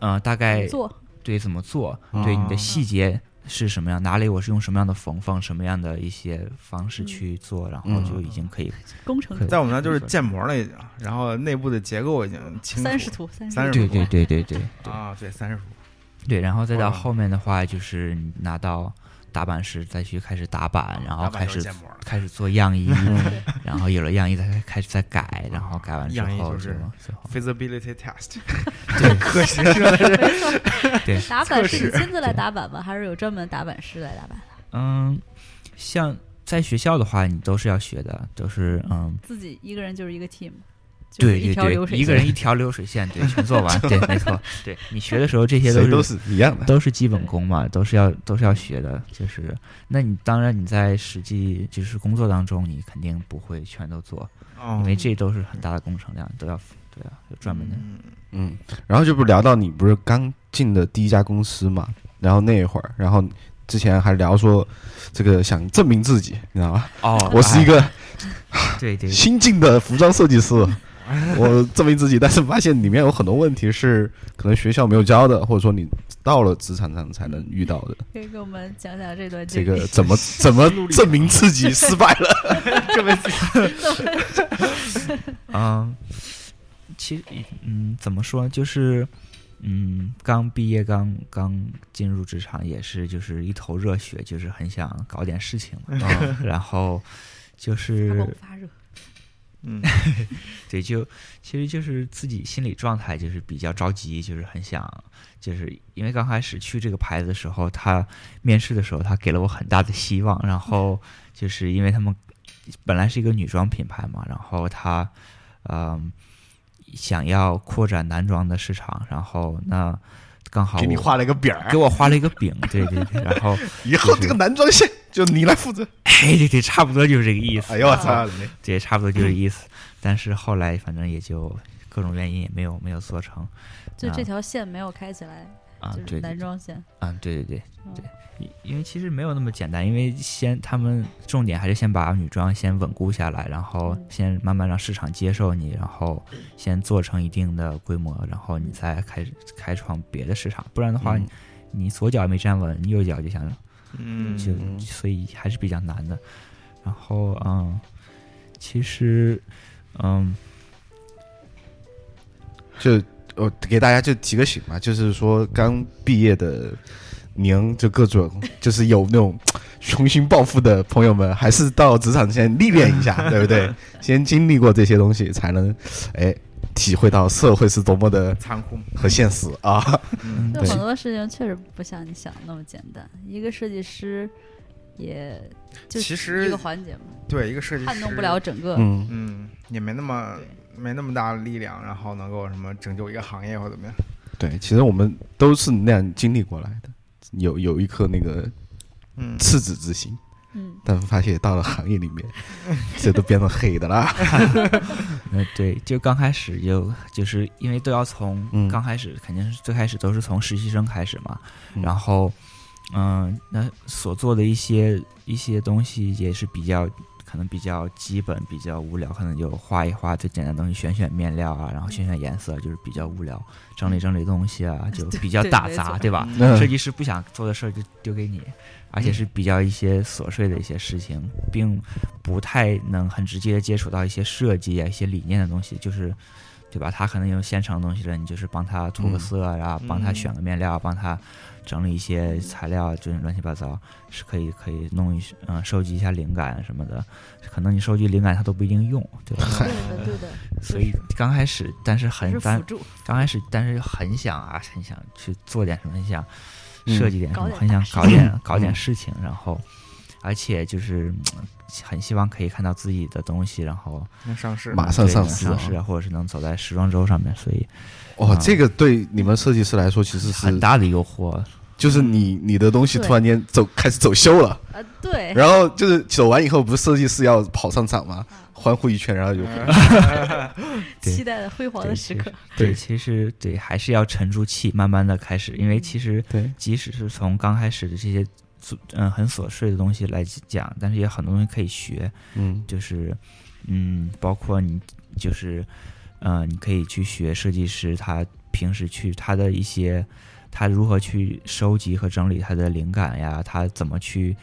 Speaker 5: 呃，大概
Speaker 3: 做
Speaker 5: 对怎么做，对你的
Speaker 4: 哦
Speaker 5: 细节是什么样，哪里我是用什么样的缝缝，什么样的一些方式
Speaker 3: 嗯
Speaker 5: 去做，然后
Speaker 2: 嗯
Speaker 5: 就已经可以
Speaker 3: 工程
Speaker 5: 可以
Speaker 4: 在我们那儿就是建模了已经，然后内部的结构已经清楚
Speaker 3: 三十图，三十
Speaker 4: 三十
Speaker 5: 对
Speaker 4: 对
Speaker 5: 对
Speaker 4: 对
Speaker 5: 对对对
Speaker 4: 啊，对三十幅，
Speaker 5: 对，然后再到
Speaker 4: 哇
Speaker 5: 后面的话，就是你拿到打板师再去开始打板，然后
Speaker 4: 大
Speaker 5: 开
Speaker 4: 板就
Speaker 5: 始
Speaker 4: 建模了。
Speaker 5: 开始做样衣， 然后有了样衣再开始再改，然后改完之
Speaker 4: 样衣
Speaker 5: 后
Speaker 4: 就
Speaker 5: 什
Speaker 4: 是
Speaker 5: 么最后
Speaker 4: feasibility test，
Speaker 5: 对
Speaker 4: 科学社的人
Speaker 5: 对
Speaker 3: 打板是你
Speaker 4: 测
Speaker 3: 亲自来打板吗？还是有专门打板师来打板？
Speaker 5: 嗯，像在学校的话，你都是要学的，都是嗯，
Speaker 3: 自己一个人就是一个 team，就是
Speaker 5: 对
Speaker 3: 一
Speaker 5: 对
Speaker 3: 条
Speaker 5: 对
Speaker 3: 流，水
Speaker 5: 一个
Speaker 3: 线
Speaker 5: 人一条流水线，对，全做 完，对，没错，对你学的时候这些
Speaker 2: 谁
Speaker 5: 都
Speaker 2: 都
Speaker 5: 是
Speaker 2: 是一样的。
Speaker 5: 都是基本功嘛，都是要都是要学的，就是那你当然你在实际就是工作当中，你肯定不会全都做，因
Speaker 4: 哦
Speaker 5: 为这都是很大的工程量，都要对啊，有专门的，
Speaker 4: 嗯
Speaker 2: 嗯，然后就不是聊到你不是刚进的第一家公司嘛，然后那会儿，然后之前还聊说这个想证明自己，你知道吧？
Speaker 5: 哦哎
Speaker 2: 我是一个
Speaker 5: 对对
Speaker 2: 新晋的服装设计师，我证明自己，但是发现里面有很多问题是可能学校没有教的，或者说你到了职场上才能遇到的。
Speaker 3: 可以给我们讲讲这段
Speaker 2: 这
Speaker 3: 经历
Speaker 2: 个怎么怎么证明自己失败了？
Speaker 5: 嗯，其实嗯，怎么说，就是嗯，刚毕业，刚刚进入职场，也是就是一头热血，就是很想搞点事情 嘛。啊然后就
Speaker 3: 发
Speaker 5: 是
Speaker 3: 光发热，
Speaker 4: 嗯，
Speaker 5: 对，就其实就是自己心理状态就是比较着急，就是很想，就是因为刚开始去这个牌子的时候，他面试的时候，他给了我很大的希望，然后就是因为他们本来是一个女装品牌嘛，然后他嗯、想要扩展男装的市场，然后那刚好
Speaker 2: 给你
Speaker 5: 我
Speaker 2: 画了一个饼儿
Speaker 5: 给，我画了一个饼，对对对，然后
Speaker 2: 以后这个男装线就你来负责。
Speaker 5: 哎 对对，差不多就是这个意思。嗯
Speaker 2: 哎呦我操！
Speaker 5: 这也差不多就是意思。但是后来反正也就各种原因也没有没有做成
Speaker 3: 就
Speaker 5: 啊
Speaker 3: 这条线没有开起来，
Speaker 5: 啊，
Speaker 3: 就是
Speaker 5: 对
Speaker 3: 男
Speaker 5: 对
Speaker 3: 装线。嗯
Speaker 5: 啊，对对对对，因因为其实没有那么简单，因为先他们重点还是先把女装先稳固下来，然后
Speaker 3: 嗯
Speaker 5: 先慢慢让市场接受你，然后先做成一定的规模，然后
Speaker 3: 嗯
Speaker 5: 你再开始开创别的市场，不然的话。
Speaker 2: 嗯
Speaker 5: 你左脚没站稳，你右脚就想
Speaker 4: 嗯
Speaker 5: 就
Speaker 2: 嗯
Speaker 5: 所以还是比较难的。然后嗯，其实嗯，
Speaker 2: 就我给大家就提个醒嘛，就是说刚毕业的您，就各种就是有那种 雄心抱负的朋友们，还是到职场先历练一下，对不对？先经历过这些东西，才能哎体会到社会是多么的
Speaker 4: 残酷嘛，
Speaker 2: 和现实啊。
Speaker 5: 嗯
Speaker 3: 就
Speaker 2: 对
Speaker 3: 很多事情确实不像你想的那么简单。一个设计师也就
Speaker 4: 其
Speaker 3: 是一
Speaker 4: 实
Speaker 3: 个环节嘛，
Speaker 4: 对一个设计师
Speaker 3: 撼动不了，整个。
Speaker 2: 嗯，
Speaker 4: 嗯，也没那么没那么大的力量，然后能够什么拯救一个行业或怎么样，
Speaker 2: 对，其实我们都是那样经历过来的，有有一颗那个
Speaker 4: 嗯，
Speaker 2: 赤子之心，
Speaker 3: 嗯，
Speaker 2: 但发现到了行业里面， 这都变成黑 的
Speaker 5: 啊
Speaker 2: 啦。
Speaker 5: 那呃对，就刚开始就就是因为都要从、
Speaker 2: 嗯
Speaker 5: 刚开始肯定是最开始都是从实习生开始嘛，
Speaker 2: 嗯
Speaker 5: 然后嗯、那所做的一些一些东西也是比较可能比较基本、比较无聊，可能就画一画最简单的东西，选选面料啊，然后选选颜色，就是比较无聊，整理整理东西啊，就比较
Speaker 3: 嗯 对
Speaker 5: 打
Speaker 3: 没
Speaker 5: 杂，
Speaker 3: 错
Speaker 5: 对吧？
Speaker 2: 嗯
Speaker 5: 设计师不想做的事儿就丢给你，而且是比较一些琐碎的一些事情，并不太能很直接的接触到一些设计啊、一些理念的东西，就是对吧？他可能有现成的东西了，你就是帮他涂个
Speaker 2: 嗯
Speaker 5: 色啊，然后帮他选个面料，帮他整理一些材料啊，就是乱七八糟，是可以可以弄一些嗯、收集一下灵感什么的。可能你收集灵感，他都不一定用，对吧？
Speaker 3: 对的对的，
Speaker 5: 所以刚开始，但是
Speaker 3: 只
Speaker 5: 很
Speaker 3: 是
Speaker 5: 但
Speaker 3: 辅助，
Speaker 5: 刚开始，但是很想啊，很想去做点什么，很想
Speaker 2: 嗯
Speaker 5: 设计点什么，
Speaker 3: 搞点
Speaker 5: 很想
Speaker 3: 大事
Speaker 5: 搞 点搞点事情，然后而且就是嗯很希望可以看到自己的东西，然后嗯
Speaker 4: 能上市，
Speaker 2: 马上
Speaker 5: 对
Speaker 2: 上
Speaker 5: 能
Speaker 2: 市
Speaker 5: 上
Speaker 2: 啊
Speaker 5: 市啊，或者是能走在时装周上面，所以
Speaker 2: 哦
Speaker 5: 啊，
Speaker 2: 这个对你们设计师来说其实是
Speaker 5: 很，大的诱惑。
Speaker 2: 就是你你的东西
Speaker 3: 对
Speaker 2: 突然间走开始走秀了，
Speaker 3: 啊，对，啊
Speaker 2: 然后就是走完以后，不是设计师要跑上场吗？欢呼一圈，然后就
Speaker 5: 对
Speaker 3: 期待的辉煌
Speaker 5: 对
Speaker 3: 的时刻，
Speaker 2: 对
Speaker 5: 对，其实对，还是要沉住气，慢慢的开始，因为
Speaker 3: 嗯
Speaker 5: 其实
Speaker 2: 对，
Speaker 5: 即使是从刚开始的这些做嗯很琐碎的东西来讲，但是也有很多东西可以学，
Speaker 2: 嗯
Speaker 5: 就是嗯，包括你就是呃，你可以去学设计师他平时去他的一些他如何去收集和整理他的灵感呀，他怎么去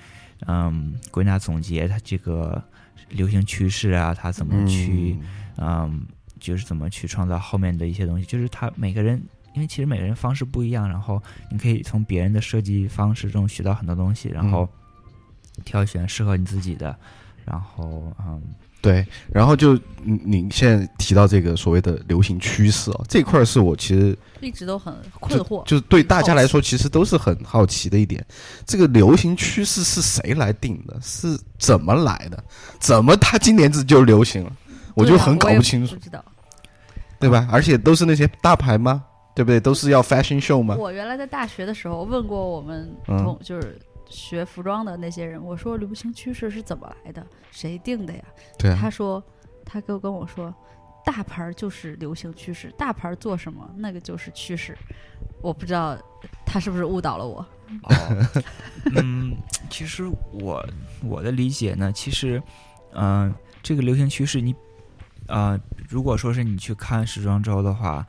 Speaker 5: 嗯归纳总结他这个流行趋势啊，他怎么去嗯就是怎么去创造后面的一些东西，就是他每个人。因为其实每个人方式不一样，然后你可以从别人的设计方式中学到很多东西，然后挑选适合你自己的，然后嗯，
Speaker 2: 对，然后就嗯您现在提到这个所谓的流行趋势啊，这块儿是我其实
Speaker 3: 一直都很困惑。
Speaker 2: 就是对大家来说，其实都是很好奇的一点，这个流行趋势是谁来定的？是怎么来的？怎么它今年子就流行了？我就
Speaker 3: 对啊
Speaker 2: 很搞
Speaker 3: 也
Speaker 2: 不清楚
Speaker 3: 不，知道。
Speaker 2: 对吧？而且都是那些大牌吗？对不对？都是要 fashion show 吗？
Speaker 3: 我原来在大学的时候问过我们
Speaker 2: 嗯
Speaker 3: 同、就是学服装的那些人，我说流行趋势是怎么来的，谁定的呀？
Speaker 2: 对
Speaker 3: 他
Speaker 2: 啊，
Speaker 3: 说，他跟跟我说，大牌儿就是流行趋势，大牌儿做什么那个就是趋势。我不知道他是不是误导了我。
Speaker 5: 哦，嗯，其实我我的理解呢，其实，嗯、这个流行趋势你，呃，如果说是你去看时装周的话，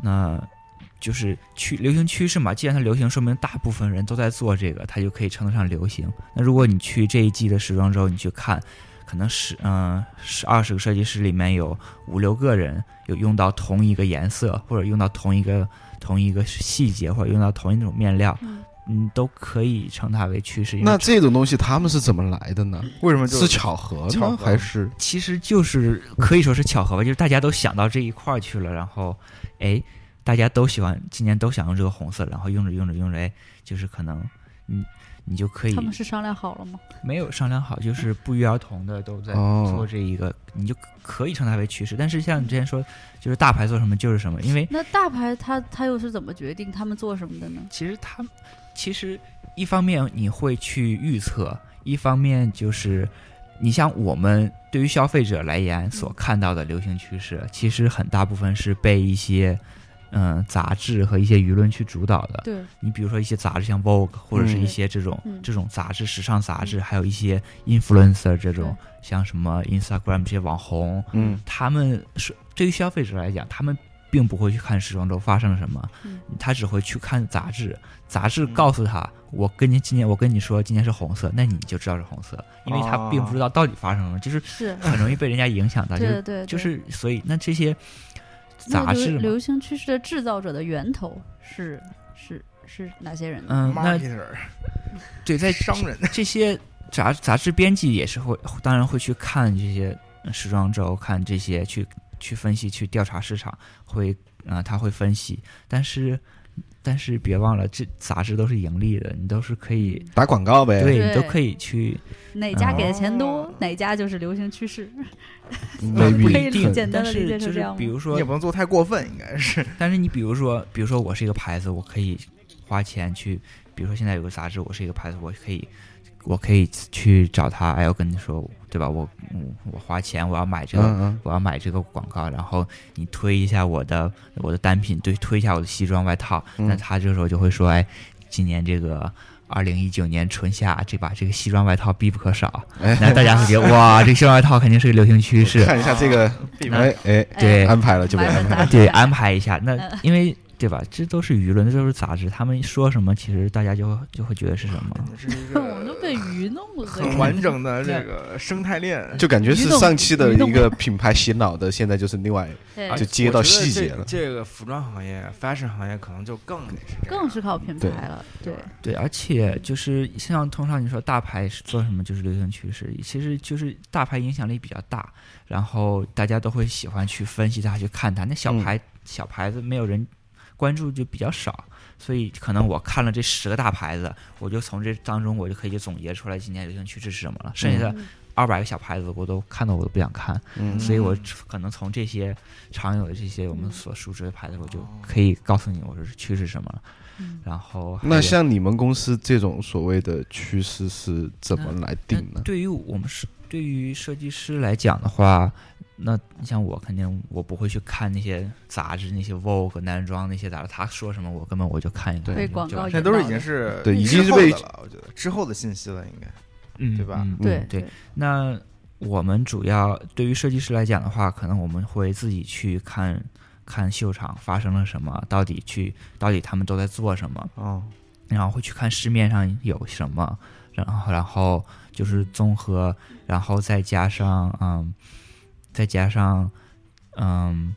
Speaker 5: 那就是趋流行趋势嘛。既然它流行，说明大部分人都在做这个，它就可以称得上流行。那如果你去这一季的时装周，你去看。可能十嗯十二十个设计师里面有五六个人有用到同一个颜色，或者用到同一个同一个细节，或者用到同一种面料，嗯，都可以称它为趋势。因为
Speaker 2: 那这种东西他们是怎么来的呢？
Speaker 4: 为什么就是
Speaker 2: 巧合
Speaker 4: 巧
Speaker 2: 吗？
Speaker 4: 合
Speaker 2: 还是
Speaker 5: 其实就是可以说是巧合吧，就是大家都想到这一块儿去了，然后哎，大家都喜欢，今年都想用这个红色，然后用着用着用着，哎，就是可能你你就可以
Speaker 3: 他们是商量好了吗？
Speaker 5: 没有商量好，就是不约而同的都在
Speaker 2: 哦
Speaker 5: 做这一个，你就可以称它为趋势。但是像你之前说，就是大牌做什么就是什么，因为
Speaker 3: 那大牌他他又是怎么决定他们做什么的呢？
Speaker 5: 其实他们其实一方面你会去预测，一方面就是你像我们对于消费者来言所看到的流行趋势，其实很大部分是被一些嗯杂志和一些舆论去主导的。
Speaker 3: 对，
Speaker 5: 你比如说一些杂志像 Vogue，或者是一些这种、
Speaker 3: 嗯
Speaker 5: 这种杂志、时尚杂志，
Speaker 3: 嗯
Speaker 5: 还有一些 influencer 这种像什么 Instagram 这些网红，
Speaker 2: 嗯
Speaker 5: 他们是对于消费者来讲，他们并不会去看时装周发生了什么，
Speaker 3: 嗯
Speaker 5: 他只会去看杂志，杂志告诉他，我跟你今年我跟你说今年是红色，那你就知道是红色，因为他
Speaker 4: 哦
Speaker 5: 并不知道到底发生了什么，就是
Speaker 3: 是，
Speaker 5: 很容易被人家影 响到，就
Speaker 3: 哦对对
Speaker 5: 是
Speaker 3: 对，
Speaker 5: 就是所以那这些
Speaker 3: 那
Speaker 5: 杂志
Speaker 3: 流
Speaker 5: 嘛，
Speaker 3: 流行趋势的制造者的源头是是是哪些人呢？
Speaker 5: 嗯，那
Speaker 4: marketer
Speaker 5: 对在
Speaker 4: 商人，
Speaker 5: 这些杂杂志编辑也是会，当然会去看这些呃时装周，看这些去去分析、去调查市场，会啊、呃他会分析。但是但是别忘了，这杂志都是盈利的，你都是可以，
Speaker 2: 打广告呗？
Speaker 5: 对
Speaker 3: 对
Speaker 5: 你都可以去，
Speaker 3: 哪家给的钱多，
Speaker 4: 哦
Speaker 3: 哪家就是流行趋势。
Speaker 5: 呃不
Speaker 2: Maybe
Speaker 3: 可以理
Speaker 5: 一定
Speaker 3: 简，单
Speaker 5: 但
Speaker 3: 地理解
Speaker 5: 是
Speaker 3: 成
Speaker 5: 就
Speaker 3: 这
Speaker 5: 是
Speaker 3: 样吗
Speaker 5: 比如
Speaker 4: 你
Speaker 5: 说
Speaker 4: 也，不能做太过分，应该 是。
Speaker 5: 但是你比如说，比如说我是一个牌子，我可以花钱去，比如说现在有个杂志，我是一个牌子，我可以，我可以去找他，哎，我跟你说，对吧？我嗯，我花钱，我要买这个，
Speaker 2: 嗯嗯，
Speaker 5: 我要买这个广告，然后你推一下我的我的单品，对，推一下我的西装外套，
Speaker 2: 嗯
Speaker 5: 那他这时候就会说，哎，今年这个。二零一九年春夏，这把这个西装外套必不 可少。
Speaker 2: 哎
Speaker 5: 那大家会觉得哇，这个西装外套肯定是个流行趋势，
Speaker 2: 看一下这
Speaker 4: 啊
Speaker 2: 个，哎哎，
Speaker 5: 对
Speaker 2: 安排了就被
Speaker 3: 买
Speaker 2: 安
Speaker 3: 本
Speaker 2: 排了。
Speaker 3: 杂志啊
Speaker 5: 对，
Speaker 3: 吧
Speaker 5: 安排一下。那因为对吧，这都是舆论，这都是杂志，他们说什么，其实大家就会就会觉得是什么。
Speaker 4: 这是一
Speaker 3: 我们都
Speaker 4: 个
Speaker 3: 被愚弄了。
Speaker 4: 很 完整的这个生态链。
Speaker 2: 就感觉是上期的一个品牌洗脑的，现在就是另外
Speaker 5: 哎
Speaker 3: 对，
Speaker 2: 就接到细节
Speaker 6: 我觉得
Speaker 2: 了。
Speaker 6: 这这个服装行业、fashion 行业可能就更得是这样
Speaker 3: 更是靠品
Speaker 2: 对
Speaker 3: 牌了。对，
Speaker 5: 对，而且就是像通常你说大牌是做什么，就是流行趋势，其实就是大牌影响力比较大，然后大家都会喜欢去分析它、去看它。那小
Speaker 2: 嗯
Speaker 5: 牌、小牌子没有人关注就比较少，所以可能我看了这十个大牌子，我就从这当中我就可以总结出来今年流行趋势是什么了。剩下的
Speaker 3: 嗯
Speaker 5: 二百个小牌子我都看到我都不想看，
Speaker 2: 嗯
Speaker 5: 所以我可能从这些常有的这些我们
Speaker 3: 嗯
Speaker 5: 所熟知的牌子，我
Speaker 2: 哦
Speaker 5: 就可以告诉你我是趋势什么了。
Speaker 3: 嗯
Speaker 5: 然后还
Speaker 2: 那
Speaker 5: 有
Speaker 2: 像你们公司这种所谓的趋势是怎么来定
Speaker 5: 那
Speaker 2: 呢？
Speaker 5: 对于我们设对于设计师来讲的话，那你像我肯定我不会去看那些杂志、那些 Vogue 男装那些杂志，他说什么我根本我就看一看，
Speaker 2: 对
Speaker 3: 被广
Speaker 5: 就
Speaker 3: 告
Speaker 5: 完
Speaker 3: 引
Speaker 5: 事
Speaker 4: 那
Speaker 5: 儿
Speaker 4: 都是已经是
Speaker 2: 对已
Speaker 4: 之
Speaker 2: 经是
Speaker 4: 后
Speaker 2: 被
Speaker 4: 的了，我觉得之后的信息了，应该
Speaker 5: 嗯
Speaker 4: 对吧
Speaker 5: 嗯
Speaker 3: 对
Speaker 5: 嗯对，那我们主要对于设计师来讲的话，可能我们会自己去看看秀场发生了什么，到底去到底他们都在做什么，
Speaker 6: 哦，
Speaker 5: 然后会去看市面上有什么，然后然后就是综合，然后再加上嗯，再加上嗯，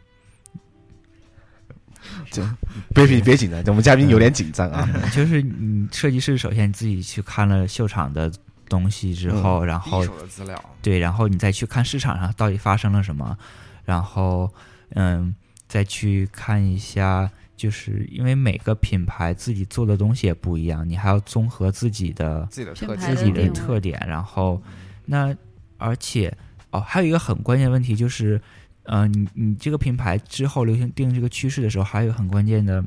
Speaker 2: 别别别紧张，我们嘉宾有点紧张啊。
Speaker 5: 就是你设计师首先你自己去看了秀场的东西之后，然后
Speaker 6: 一手的资料，
Speaker 5: 对，然后你再去看市场上到底发生了什么，然后嗯，再去看一下，就是因为每个品牌自己做的东西也不一样，你还要综合自己的
Speaker 6: 自己的
Speaker 3: 品
Speaker 6: 特
Speaker 3: 牌
Speaker 6: 点，
Speaker 5: 自己
Speaker 3: 的定
Speaker 5: 的
Speaker 3: 位
Speaker 5: 特点，然后那而且哦，还有一个很关键的问题就是，呃，你你这个品牌之后流行定这个趋势的时候，还有一个很关键的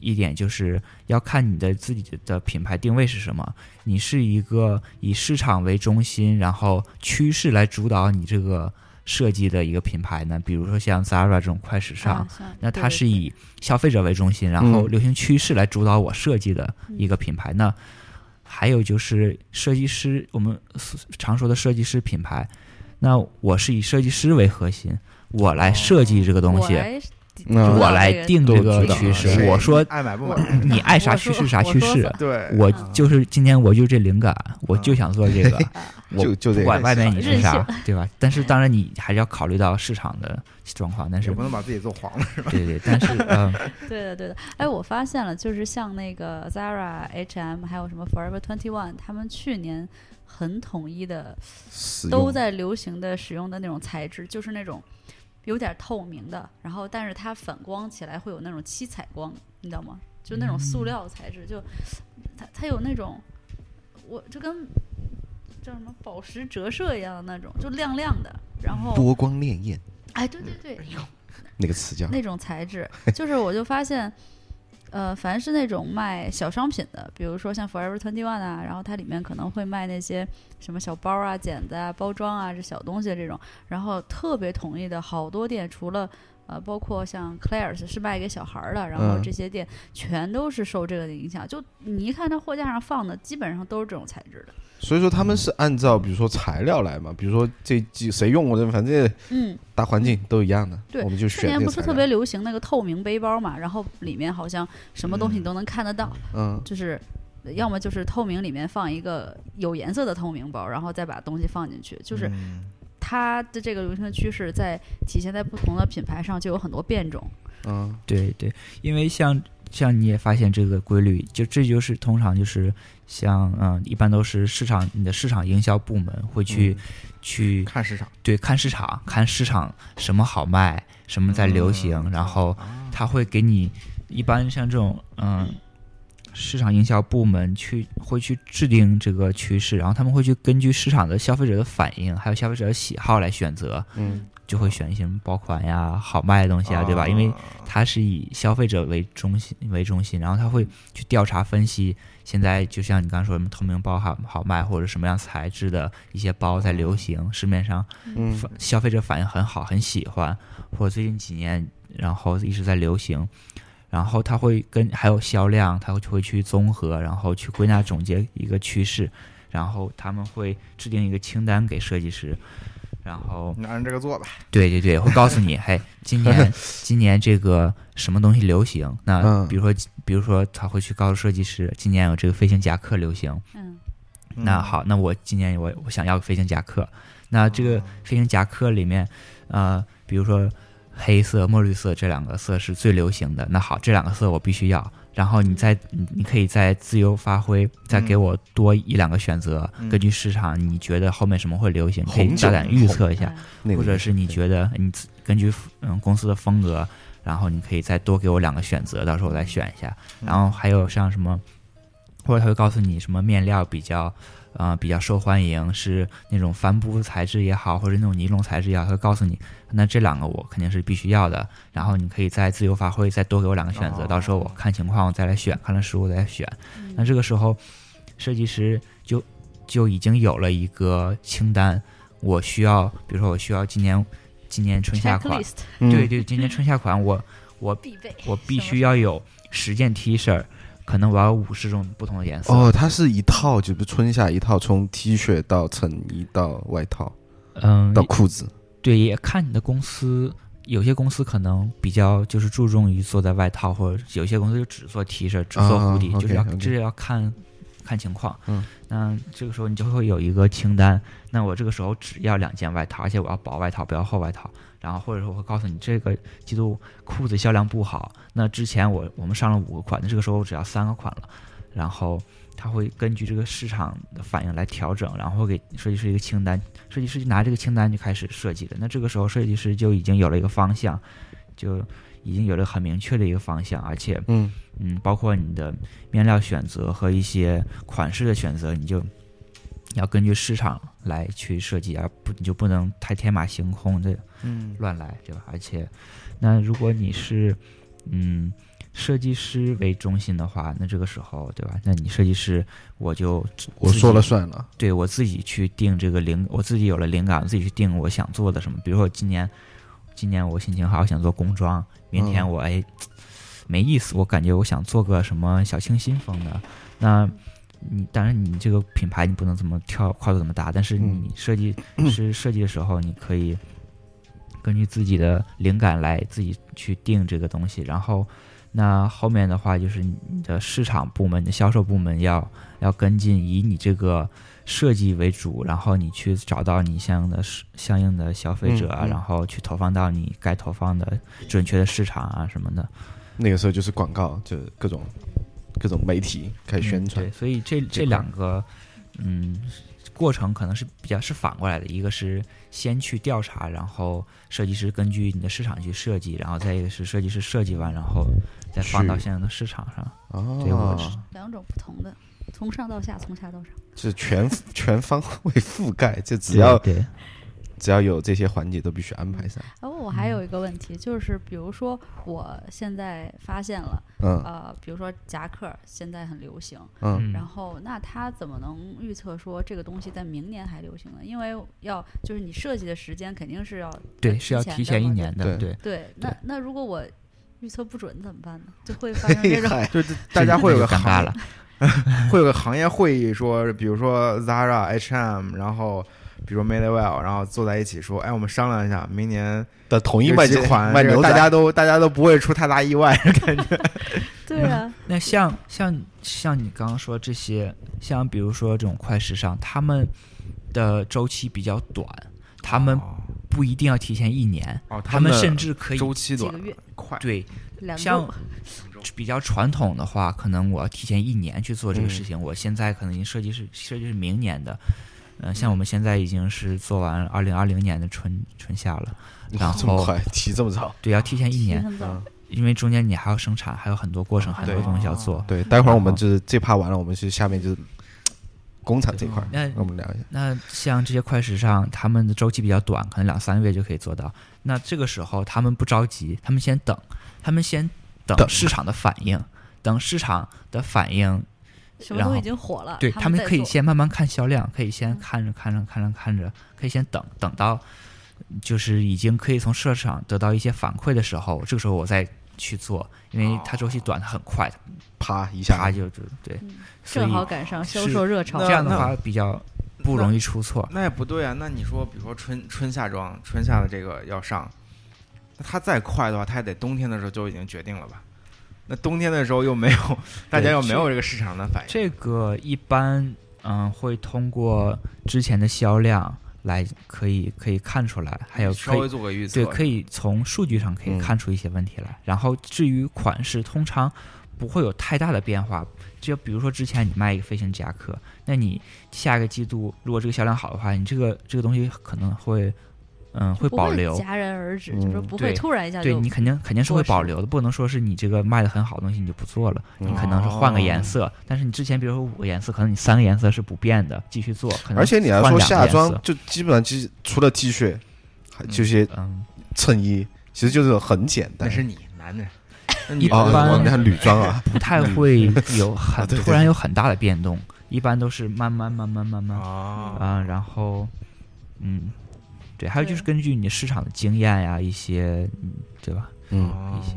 Speaker 5: 一点就是要看你的自己的品牌定位是什么。你是一个以市场为中心，然后趋势来主导你这个设计的一个品牌呢？比如说像 Zara 这种快时尚，
Speaker 3: 啊像
Speaker 5: 那
Speaker 3: 对
Speaker 5: 它
Speaker 3: 对
Speaker 5: 是以消费者为中心，然
Speaker 2: 嗯
Speaker 5: 后流行趋势来主导我设计的
Speaker 3: 嗯
Speaker 5: 一个品牌。那还有就是设计师，我们所常说的设计师品牌，那我是以设计师为核心，我来设计这个东西，
Speaker 3: 我来
Speaker 2: 嗯
Speaker 5: 我来定这
Speaker 2: 都
Speaker 5: 个
Speaker 2: 知道
Speaker 5: 趋势。
Speaker 4: 啊谁
Speaker 5: 我说
Speaker 4: 爱买不
Speaker 3: 哦我
Speaker 4: 买，
Speaker 5: 你爱啥
Speaker 3: 我
Speaker 5: 趋
Speaker 3: 说
Speaker 5: 势啥
Speaker 3: 我
Speaker 5: 趋
Speaker 3: 说
Speaker 5: 势
Speaker 3: 法，
Speaker 4: 对，
Speaker 5: 我
Speaker 3: 嗯
Speaker 5: 就是今天我就这灵感，我就想做这个，
Speaker 3: 啊
Speaker 5: 嗯
Speaker 2: 嗯
Speaker 5: 我
Speaker 2: 就就这
Speaker 5: 不管
Speaker 2: 个
Speaker 5: 外面你
Speaker 3: 任
Speaker 5: 是
Speaker 3: 性
Speaker 5: 啥，对吧？但是当然你还是要考虑到市场的状况，
Speaker 3: 嗯
Speaker 5: 但
Speaker 4: 也
Speaker 5: 是
Speaker 4: 不能把自己做黄了。
Speaker 5: 对对，但是嗯。
Speaker 3: 对的，对的。哎，我发现了，就是像那个 Zara、H&M，还有什么 Forever Twenty One，他们去年很统一的，
Speaker 2: 使用
Speaker 3: 都在流行的使用的那种材质，就是那种有点透明的，然后但是它反光起来会有那种七彩光，你知道吗？就那种塑料材质，就它它有那种，我就跟叫什么宝石折射一样的那种，就亮亮的，然后
Speaker 2: 波光潋滟
Speaker 3: 哎，对对对，
Speaker 2: 那个词叫
Speaker 3: 那种 材质，就是我就发现，呃，凡是那种卖小商品的，比如说像 Forever Twenty One 啊，然后它里面可能会卖那些什么小包啊、剪子啊、包装啊这小东西这种，然后特别统一的好多店，除了呃，包括像 Claire's 是卖给小孩儿的，然后
Speaker 2: 嗯
Speaker 3: 这些店全都是受这个的影响。就你一看它货架上放的，基本上都是这种材质的。
Speaker 2: 所以说他们是按照比如说材料来嘛，比如说这季谁用过的，反正
Speaker 3: 嗯，
Speaker 2: 大环境都一样的，
Speaker 3: 对
Speaker 2: 我们就
Speaker 3: 去
Speaker 2: 选那
Speaker 3: 年不
Speaker 2: 个
Speaker 3: 是
Speaker 2: 材
Speaker 3: 特
Speaker 2: 料。
Speaker 3: 别流行那个透明背包嘛，然后里面好像什么东西你都能看得到。
Speaker 2: 嗯，
Speaker 3: 就是要么就是透明里面放一个有颜色的透明包，然后再把东西放进去，就是
Speaker 5: 嗯
Speaker 3: 它的这个流行趋势在体现在不同的品牌上就有很多变种。
Speaker 2: 嗯
Speaker 5: 对对，因为像像你也发现这个规律，就这就是通常就是像嗯、一般都是市场你的市场营销部门会去、去
Speaker 4: 看市场，
Speaker 5: 对看市场，看市场什么好卖，什么在流行，然后他会给你一般像这种嗯。市场营销部门去会去制定这个趋势，然后他们会去根据市场的消费者的反应，还有消费者的喜好来选择，
Speaker 2: 嗯，
Speaker 5: 就会选一些什么爆款呀、好卖的东西啊，对吧？因为它是以消费者为中心为中心，然后他会去调查分析现在就像你刚刚说什么透明包好好卖，或者什么样材质的一些包在流行，市面上
Speaker 2: 嗯
Speaker 5: 反消费者反应很好，很喜欢，或者最近几年然后一直在流行，然后他会跟还有销量，他会会去综合，然后去归纳总结一个趋势，然后他们会制定一个清单给设计师。然后，
Speaker 4: 你按这个做吧。
Speaker 5: 对对对，会告 诉你，嘿，今年 今年这个什么东西流行？那
Speaker 2: 嗯
Speaker 5: 比如说，比如说他会去告诉设计师，今年有这个飞行夹克流行。
Speaker 3: 嗯，
Speaker 5: 那好，那我今年我我想要个飞行夹克。那这
Speaker 2: 哦
Speaker 5: 个飞行夹克里面，呃，比如说黑色、墨绿色这两个色是最流行的。那好，这两个色我必须要。然后你
Speaker 2: 嗯
Speaker 5: 再，你你可以再自由发挥，再给我多一两个选择，根据市场你觉得后面什么会流行，可
Speaker 2: 嗯
Speaker 5: 以
Speaker 2: 红
Speaker 5: 大
Speaker 2: 酒
Speaker 5: 胆预测一下
Speaker 3: 哎。
Speaker 2: 那个
Speaker 5: 或者是你觉得你自根据嗯公司的风格，然后你可以再多给我两个选择，到时候我再选一下。
Speaker 2: 嗯
Speaker 5: 然后还有像什么，或者他会告诉你什么面料比较呃比较受欢迎，是那种帆布材质也好，或者那种尼龙材质也好，他会告诉你，那这两个我肯定是必须要的。然后你可以再自由发挥，再多给我两个选择，到时候
Speaker 2: 哦
Speaker 5: 我看情况我再来选，看了实物再来选。
Speaker 2: 嗯
Speaker 5: 那这个时候，设计师就就已经有了一个清单，我需要，比如说我需要今年今年春夏款，
Speaker 3: 呃 checklist
Speaker 2: 嗯
Speaker 5: 对对，今年春夏款我我
Speaker 3: 必备。
Speaker 5: 我必
Speaker 3: 什么
Speaker 5: 须要有十件 T 恤，可能我要五十种不同的颜色。
Speaker 2: 哦，它是一套，就是春夏一套，从 T 恤到衬衣到外套
Speaker 5: 嗯，
Speaker 2: 到裤子，
Speaker 5: 对，也看你的公司。有些公司可能比较就是注重于做在外套，或者有些公司就只做 T 恤，只做
Speaker 2: 啊
Speaker 5: 蝴蝶，就是要
Speaker 2: OK，OK
Speaker 5: 这是要看看情况。
Speaker 2: 嗯，
Speaker 5: 那这个时候你就会有一个清单，那我这个时候只要两件外套，而且我要薄外套，不要厚外套。然后或者说我会告诉你，这个季度裤子销量不好，那之前我我们上了五个款，那这个时候我只要三个款了，然后。他会根据这个市场的反应来调整，然后会给设计师一个清单，设计师就拿这个清单就开始设计了。那这个时候，设计师就已经有了一个方向，就已经有了很明确的一个方向，而且，
Speaker 2: 嗯
Speaker 5: 嗯，包括你的面料选择和一些款式的选择，你就要根据市场来去设计，而不你就不能太天马行空的
Speaker 4: 嗯
Speaker 5: 乱来，对吧？而且，那如果你是嗯设计师为中心的话，那这个时候，对吧？那你设计师，我就
Speaker 2: 我说了算了，
Speaker 5: 对我自己去定这个灵，我自己有了灵感，我自己去定我想做的什么。比如说我今年，今年我心情好，想做工装；明天
Speaker 2: 嗯
Speaker 5: 我哎没意思，我感觉我想做个什么小清新风的。那你当然你这个品牌你不能怎么跳跨度怎么大，但是
Speaker 2: 嗯
Speaker 5: 你设计师设计的时候，你可以根据自己的灵感来自己去定这个东西，然后。那后面的话就是你的市场部门、你的销售部门要要跟进，以你这个设计为主，然后你去找到你相应的市相应的消费者啊，
Speaker 2: 嗯嗯
Speaker 5: 然后去投放到你该投放的准确的市场啊什么的，
Speaker 2: 那个时候就是广告，就各种各种媒体开始宣传
Speaker 5: 嗯对，，所以这
Speaker 2: 这块
Speaker 5: 这
Speaker 2: 儿
Speaker 5: 两个，嗯，过程可能是比较是反过来的，一个是先去调查，然后设计师根据你的市场去设计，然后再一个是设计师设计完，然后再放到
Speaker 2: 去
Speaker 5: 现在的市场上。对我是
Speaker 2: 哦，
Speaker 3: 两种不同的，从上到下，从下到上。
Speaker 2: 就是全 全方位覆 盖，就只要
Speaker 5: 对，
Speaker 2: 只要有这些环节都必须安排上。
Speaker 3: 然后我
Speaker 5: 嗯
Speaker 3: 还有一个问题，就是比如说我现在发现了，
Speaker 5: 哦
Speaker 2: 嗯
Speaker 3: 呃，比如说夹克现在很流行，
Speaker 2: 嗯，
Speaker 3: 然后那它怎么能预测说这个东西在明年还流行呢？因为要就是你设计的时间肯定是要
Speaker 5: 对是要提前一
Speaker 3: 的嘛
Speaker 5: 年的，
Speaker 2: 对
Speaker 5: 对，
Speaker 3: 对，那那如果我预测不准怎么办呢？就 会发生这种。
Speaker 2: 嗨，
Speaker 4: 就是大家
Speaker 5: 这
Speaker 4: 会有
Speaker 5: 就
Speaker 4: 个
Speaker 5: 尴尬
Speaker 4: 行
Speaker 5: 了，
Speaker 4: 会有个行业会议说，比如说 Zara、H&M，然后比如 Madewell，然后坐在一起说，哎，我们商量一下，明年
Speaker 2: 的统一
Speaker 4: 有
Speaker 2: 卖
Speaker 4: 几
Speaker 2: 这
Speaker 4: 款，
Speaker 2: 卖
Speaker 4: 这个
Speaker 2: 牛
Speaker 4: 大
Speaker 2: 仔，
Speaker 4: 家都大家都不会出太大意外。
Speaker 3: 对啊，
Speaker 5: 那像像像你刚刚说这些，像比如说这种快时尚，他们的周期比较短，他们不一定要提前一年，
Speaker 4: 哦，
Speaker 5: 哦他们甚至可以
Speaker 4: 周期
Speaker 3: 几
Speaker 4: 短
Speaker 3: 个，月、
Speaker 4: 快，
Speaker 5: 对
Speaker 3: 两
Speaker 5: 像
Speaker 3: 周，
Speaker 5: 比较传统的话，可能我要提前一年去做这个事情。我现在可能已经设计是设计是明年的，嗯、像我们现在已经是做完二零二零年的春春夏了，然
Speaker 2: 这么
Speaker 5: 后嗯
Speaker 2: 快，提这么早。嗯
Speaker 5: 对要提前一年，
Speaker 3: 很早，
Speaker 5: 因为中间你还要生产，还有很多过程，很多
Speaker 2: 对
Speaker 5: 东西要做。
Speaker 2: 对，待会儿我
Speaker 5: 哦
Speaker 2: 们就是这趴完了，我们是下面就是工厂这块儿，
Speaker 5: 那
Speaker 2: 我们聊一下。
Speaker 5: 那像这些快时尚，他们的周期比较短，可能两三个月就可以做到。那这个时候他们不着急，他们先等，他们先等
Speaker 2: 等
Speaker 5: 市场的反应，等市场的反应，
Speaker 3: 什么
Speaker 5: 然
Speaker 3: 都
Speaker 5: 后
Speaker 3: 已经火了，
Speaker 5: 对
Speaker 3: 呃他
Speaker 5: 们
Speaker 3: 在
Speaker 5: 可以
Speaker 3: 做
Speaker 5: 先慢慢看销量，可以先
Speaker 3: 嗯
Speaker 5: 看着看着看着看着，可以先等等到，就是已经可以从市场得到一些反馈的时候，这个时候我再去做，因
Speaker 3: 哦
Speaker 5: 为它周期短，它很快，
Speaker 2: 啪一
Speaker 5: 啪
Speaker 2: 下，
Speaker 5: 就就对，
Speaker 3: 嗯
Speaker 5: 所
Speaker 3: 正
Speaker 5: 以
Speaker 3: 好赶上销
Speaker 5: 是
Speaker 3: 售热潮
Speaker 5: 这，样的话比较不容易出错。
Speaker 6: 那也不对啊。那你说，比如说春春夏装，春夏的这个要上，那它再快的话，它也得冬天的时候就已经决定了吧？那冬天的时候又没有，大家又没有这个市场的反应。
Speaker 5: 这个一般嗯会通过之前的销量来可以可以看出来，还有
Speaker 6: 稍
Speaker 5: 可以
Speaker 6: 微做个预测，
Speaker 5: 对，可以从数据上可以
Speaker 2: 嗯
Speaker 5: 看出一些问题来。然后至于款式，通常不会有太大的变化。就比如说之前你卖一个飞行夹克，那你下一个季度如果这个销量好的话，你这个这个东西可能会嗯会
Speaker 3: 不
Speaker 5: 保
Speaker 3: 会
Speaker 5: 留。
Speaker 3: 戛然而止，就是说
Speaker 2: 嗯
Speaker 3: 不会
Speaker 5: 对
Speaker 3: 突然一下
Speaker 5: 对
Speaker 3: 就
Speaker 5: 你肯定肯定是
Speaker 3: 过
Speaker 5: 会
Speaker 3: 时
Speaker 5: 保留的，不能说是你这个卖的很好的东西你就不做了，你可能是换个
Speaker 2: 哦
Speaker 6: 哦
Speaker 5: 颜色，但是你之前比如说五个颜色，可能你三个颜色是不变的，继续做。可能
Speaker 2: 而且你要
Speaker 5: 嗯换
Speaker 2: 说
Speaker 5: 两个
Speaker 2: 夏
Speaker 5: 颜
Speaker 2: 装
Speaker 5: 色，
Speaker 2: 就基本上其实除了 T 恤，还
Speaker 6: 嗯
Speaker 2: 这些
Speaker 5: 嗯，
Speaker 2: 衬衣，其实就是很简
Speaker 6: 那
Speaker 2: 单。
Speaker 6: 是你男人，那
Speaker 5: 一
Speaker 6: 你
Speaker 2: 哦，
Speaker 5: 般
Speaker 2: 我们看女装啊，
Speaker 5: 不太会有很、
Speaker 2: 啊对对
Speaker 5: 突然有很大的变动，一般都是慢慢慢慢慢慢
Speaker 2: 哦
Speaker 6: 啊，
Speaker 5: 啊、然后，嗯，对，还有就是
Speaker 3: 对
Speaker 5: 根据你市场的经验呀，一些，嗯，对吧？
Speaker 2: 嗯，
Speaker 6: 哦
Speaker 5: 一些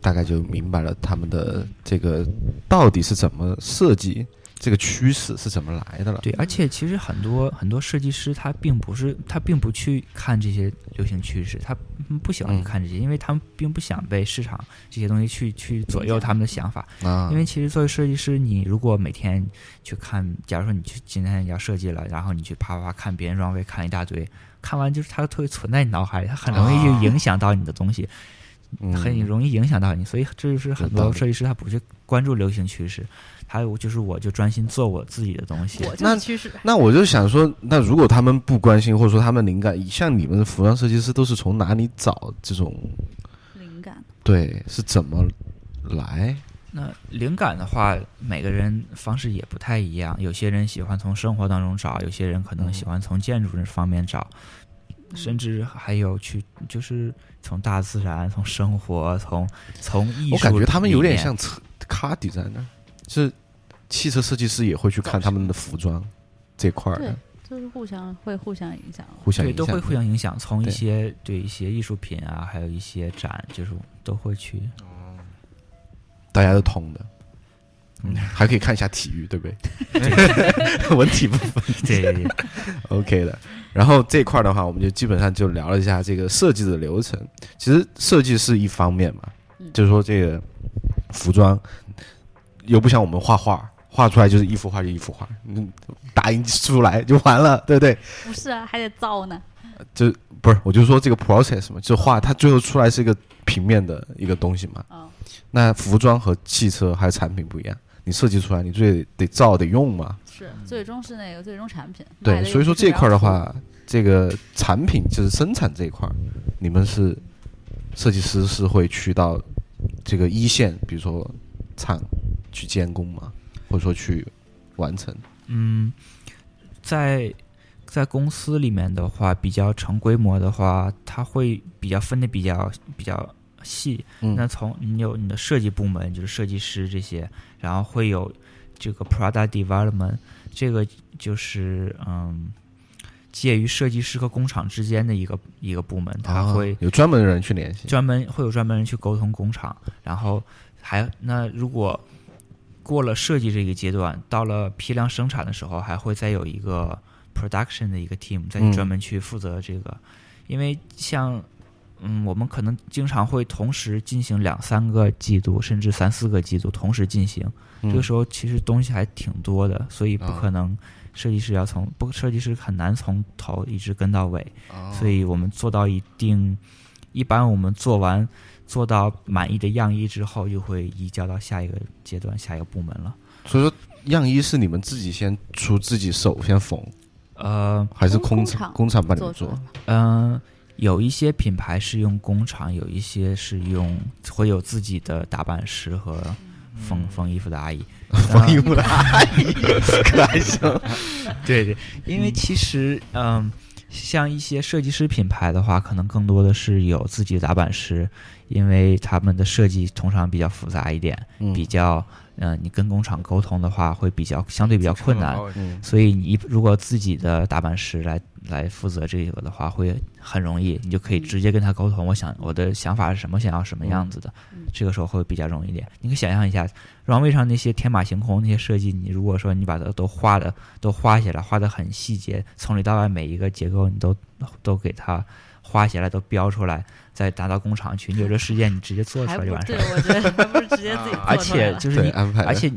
Speaker 2: 大概就明白了他们的这个到底是怎么设计这个趋势是怎么来的了。
Speaker 5: 对，而且其实很多很多设计师他并不是他并不去看这些流行趋势，他嗯不喜欢去
Speaker 2: 嗯
Speaker 5: 看这些，因为他们并不想被市场这些东西去去左右他们的想法。
Speaker 2: 啊，
Speaker 5: 因为其实作为设计师，你如果每天去看，假如说你去今天要设计了，然后你去啪啪啪看别人runway 看一大堆，看完就是它会存在你脑海里，它很容易就影响到你的东西，
Speaker 2: 啊 嗯
Speaker 5: 很容易影响到你，所以这就是很
Speaker 2: 有道
Speaker 5: 多
Speaker 2: 理
Speaker 5: 设计师他不去关注流行趋势，还有就是我就专心做我自己的东西。
Speaker 3: 我就
Speaker 2: 那
Speaker 3: 是趋势，
Speaker 2: 那我就想说，那如果他们不关心，或者说他们灵感，像你们服装设计师都是从哪里找这种？
Speaker 3: 灵感
Speaker 2: 对，是怎么来？
Speaker 5: 那灵感的话，每个人方式也不太一样，有些人喜欢从生活当中找，有些人可能喜欢从建筑这方面找，甚至还有去就是从大自然、从生活、从从艺术里面。
Speaker 2: 我感觉他们有点像车 car designer，就是汽车设计师也会去看他们的服装这块儿
Speaker 3: 对
Speaker 2: 的，，
Speaker 3: 就是互相会互相影响。
Speaker 2: 互相
Speaker 5: 对
Speaker 2: 影
Speaker 5: 都
Speaker 2: 响
Speaker 5: 会互相影响，从一
Speaker 2: 对
Speaker 5: 些对一些艺术品啊，还有一些展，就是都会 去。
Speaker 2: 大家都通的。嗯，还可以看一下体育，对不对？ 文体不
Speaker 5: 对，
Speaker 2: OK 的。然后这块儿的话，我们就基本上就聊了一下这个设计的流程。其实设计是一方面嘛，
Speaker 3: 嗯
Speaker 2: 就是说这个服装又不像我们画画，画出来就是一幅画就一幅画，嗯，打印出来就完了，对不对？
Speaker 3: 不是啊，还得造呢。
Speaker 2: 就不是，我就说这个 process 嘛，就画它最后出来是一个平面的一个东西嘛。
Speaker 3: 哦，
Speaker 2: 那服装和汽车还有产品不一样，你设计出来，你最得造得用嘛，
Speaker 3: 是，
Speaker 5: 嗯
Speaker 3: 最终是那个最终产品。卖
Speaker 2: 对，
Speaker 3: 的又
Speaker 2: 所以说
Speaker 3: 不是
Speaker 2: 这块儿的
Speaker 3: 张图，
Speaker 2: 话，这个产品就是生产这一块儿，你们是设计师是会去到这个一线，比如说厂去监工嘛，或者说去完成。
Speaker 5: 嗯，在在公司里面的话，比较成规模的话，它会比较分的比较比较细。
Speaker 2: 嗯
Speaker 5: 那从你有你的设计部门，就是设计师这些，然后会有这个 product development，这个就是嗯，介于设计师和工厂之间的一个一个部门，它
Speaker 2: 啊
Speaker 5: 会
Speaker 2: 有专门的人去联系。
Speaker 5: 专门会有专门人去沟通工厂，然后还那如果过了设计这个阶段，到了批量生产的时候，还会再有一个 production 的一个 team 再
Speaker 2: 嗯
Speaker 5: 去专门去负责这个，因为像嗯，我们可能经常会同时进行两三个季度，甚至三四个季度同时进行，
Speaker 2: 嗯
Speaker 5: 这个时候其实东西还挺多的，所以不
Speaker 2: 啊
Speaker 5: 可能设计师要从不设计师很难从头一直跟到尾，
Speaker 2: 哦
Speaker 5: 所以我们做到一定，一般我们做完做到满意的样衣之后，就会移交到下一个阶段、下一个部门了。
Speaker 2: 所以说样衣是你们自己先出，自己手先缝，
Speaker 5: 呃
Speaker 2: 还是
Speaker 3: 工
Speaker 2: 厂
Speaker 3: 厂
Speaker 2: 工厂帮你
Speaker 3: 做
Speaker 2: 们
Speaker 3: 出来
Speaker 2: 做？
Speaker 5: 嗯、呃有一些品牌是用工厂，有一些是用会有自己的打版师和缝缝衣服的阿姨。
Speaker 2: 缝衣服的阿姨可还行。
Speaker 5: 对对，因为其实嗯、像一些设计师品牌的话，可能更多的是有自己的打版师，因为他们的设计通常比较复杂一点，
Speaker 2: 嗯
Speaker 5: 比较嗯、呃你跟工厂沟通的话会比较相对比较困难，
Speaker 6: 哦
Speaker 2: 嗯
Speaker 5: 所以你一如果自己的打版师来来负责这个的话，会很容易，你就可以直接跟他沟通，我想我的想法是什么，想要什么样子的，这个时候会比较容易一点。你可以想象一下，runway 上那些天马行空那些设计，你如果说你把它都画的都画下来，画的很细节，从里到外每一个结构你都都给它画下来，都标出来，再拿到工厂去，你有这时间你直接做出
Speaker 3: 还
Speaker 5: 来
Speaker 3: 不
Speaker 5: 就完事
Speaker 3: 对，
Speaker 5: 儿。啊
Speaker 3: 我觉得还不是直接自己做出来
Speaker 5: 而且
Speaker 3: 了
Speaker 5: 就是
Speaker 2: 对，
Speaker 5: 你
Speaker 2: 安排的。
Speaker 5: 而且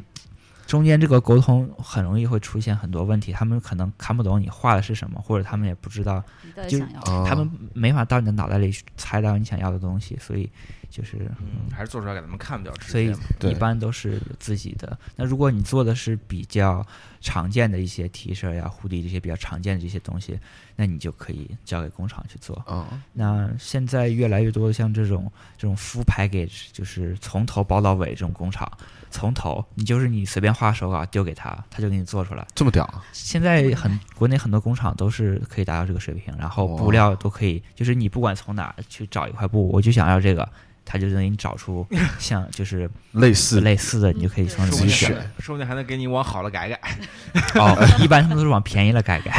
Speaker 5: 中间这个沟通很容易会出现很多问题，他们可能看不懂你画的是什么，或者他们也不知道，
Speaker 3: 你到底
Speaker 5: 就啊
Speaker 3: 想要
Speaker 2: 哦
Speaker 5: 他们没法到你的脑袋里去猜到你想要的东西，所以就是。
Speaker 6: 嗯，还是做出来给他们看比较直
Speaker 5: 所
Speaker 6: 接
Speaker 5: 以
Speaker 6: 嘛。
Speaker 2: 对
Speaker 5: 一般都是有自己的。那如果你做的是比较常见的一些 T 恤呀、护 d 这些比较常见的这些东西，那你就可以交给工厂去做。
Speaker 2: 哦，
Speaker 5: 那现在越来越多的像这种这种 full package，就是从头包到尾这种工厂，从头你就是你随便画手稿丢给他，他就给你做出来。
Speaker 2: 这么屌啊！
Speaker 5: 现在很国内很多工厂都是可以达到这个水平，然后
Speaker 2: 哇
Speaker 5: 布料都可以，就是你不管从哪儿去找一块布，我就想要这个，他就能给你找出像就是
Speaker 2: 类似
Speaker 5: 类似的，你就可以从
Speaker 2: 自
Speaker 5: 里
Speaker 2: 己
Speaker 5: 面
Speaker 2: 选
Speaker 5: 选。
Speaker 6: 说不定还能给你往好了改改。
Speaker 5: 哦，一般他们都是往便宜了改改。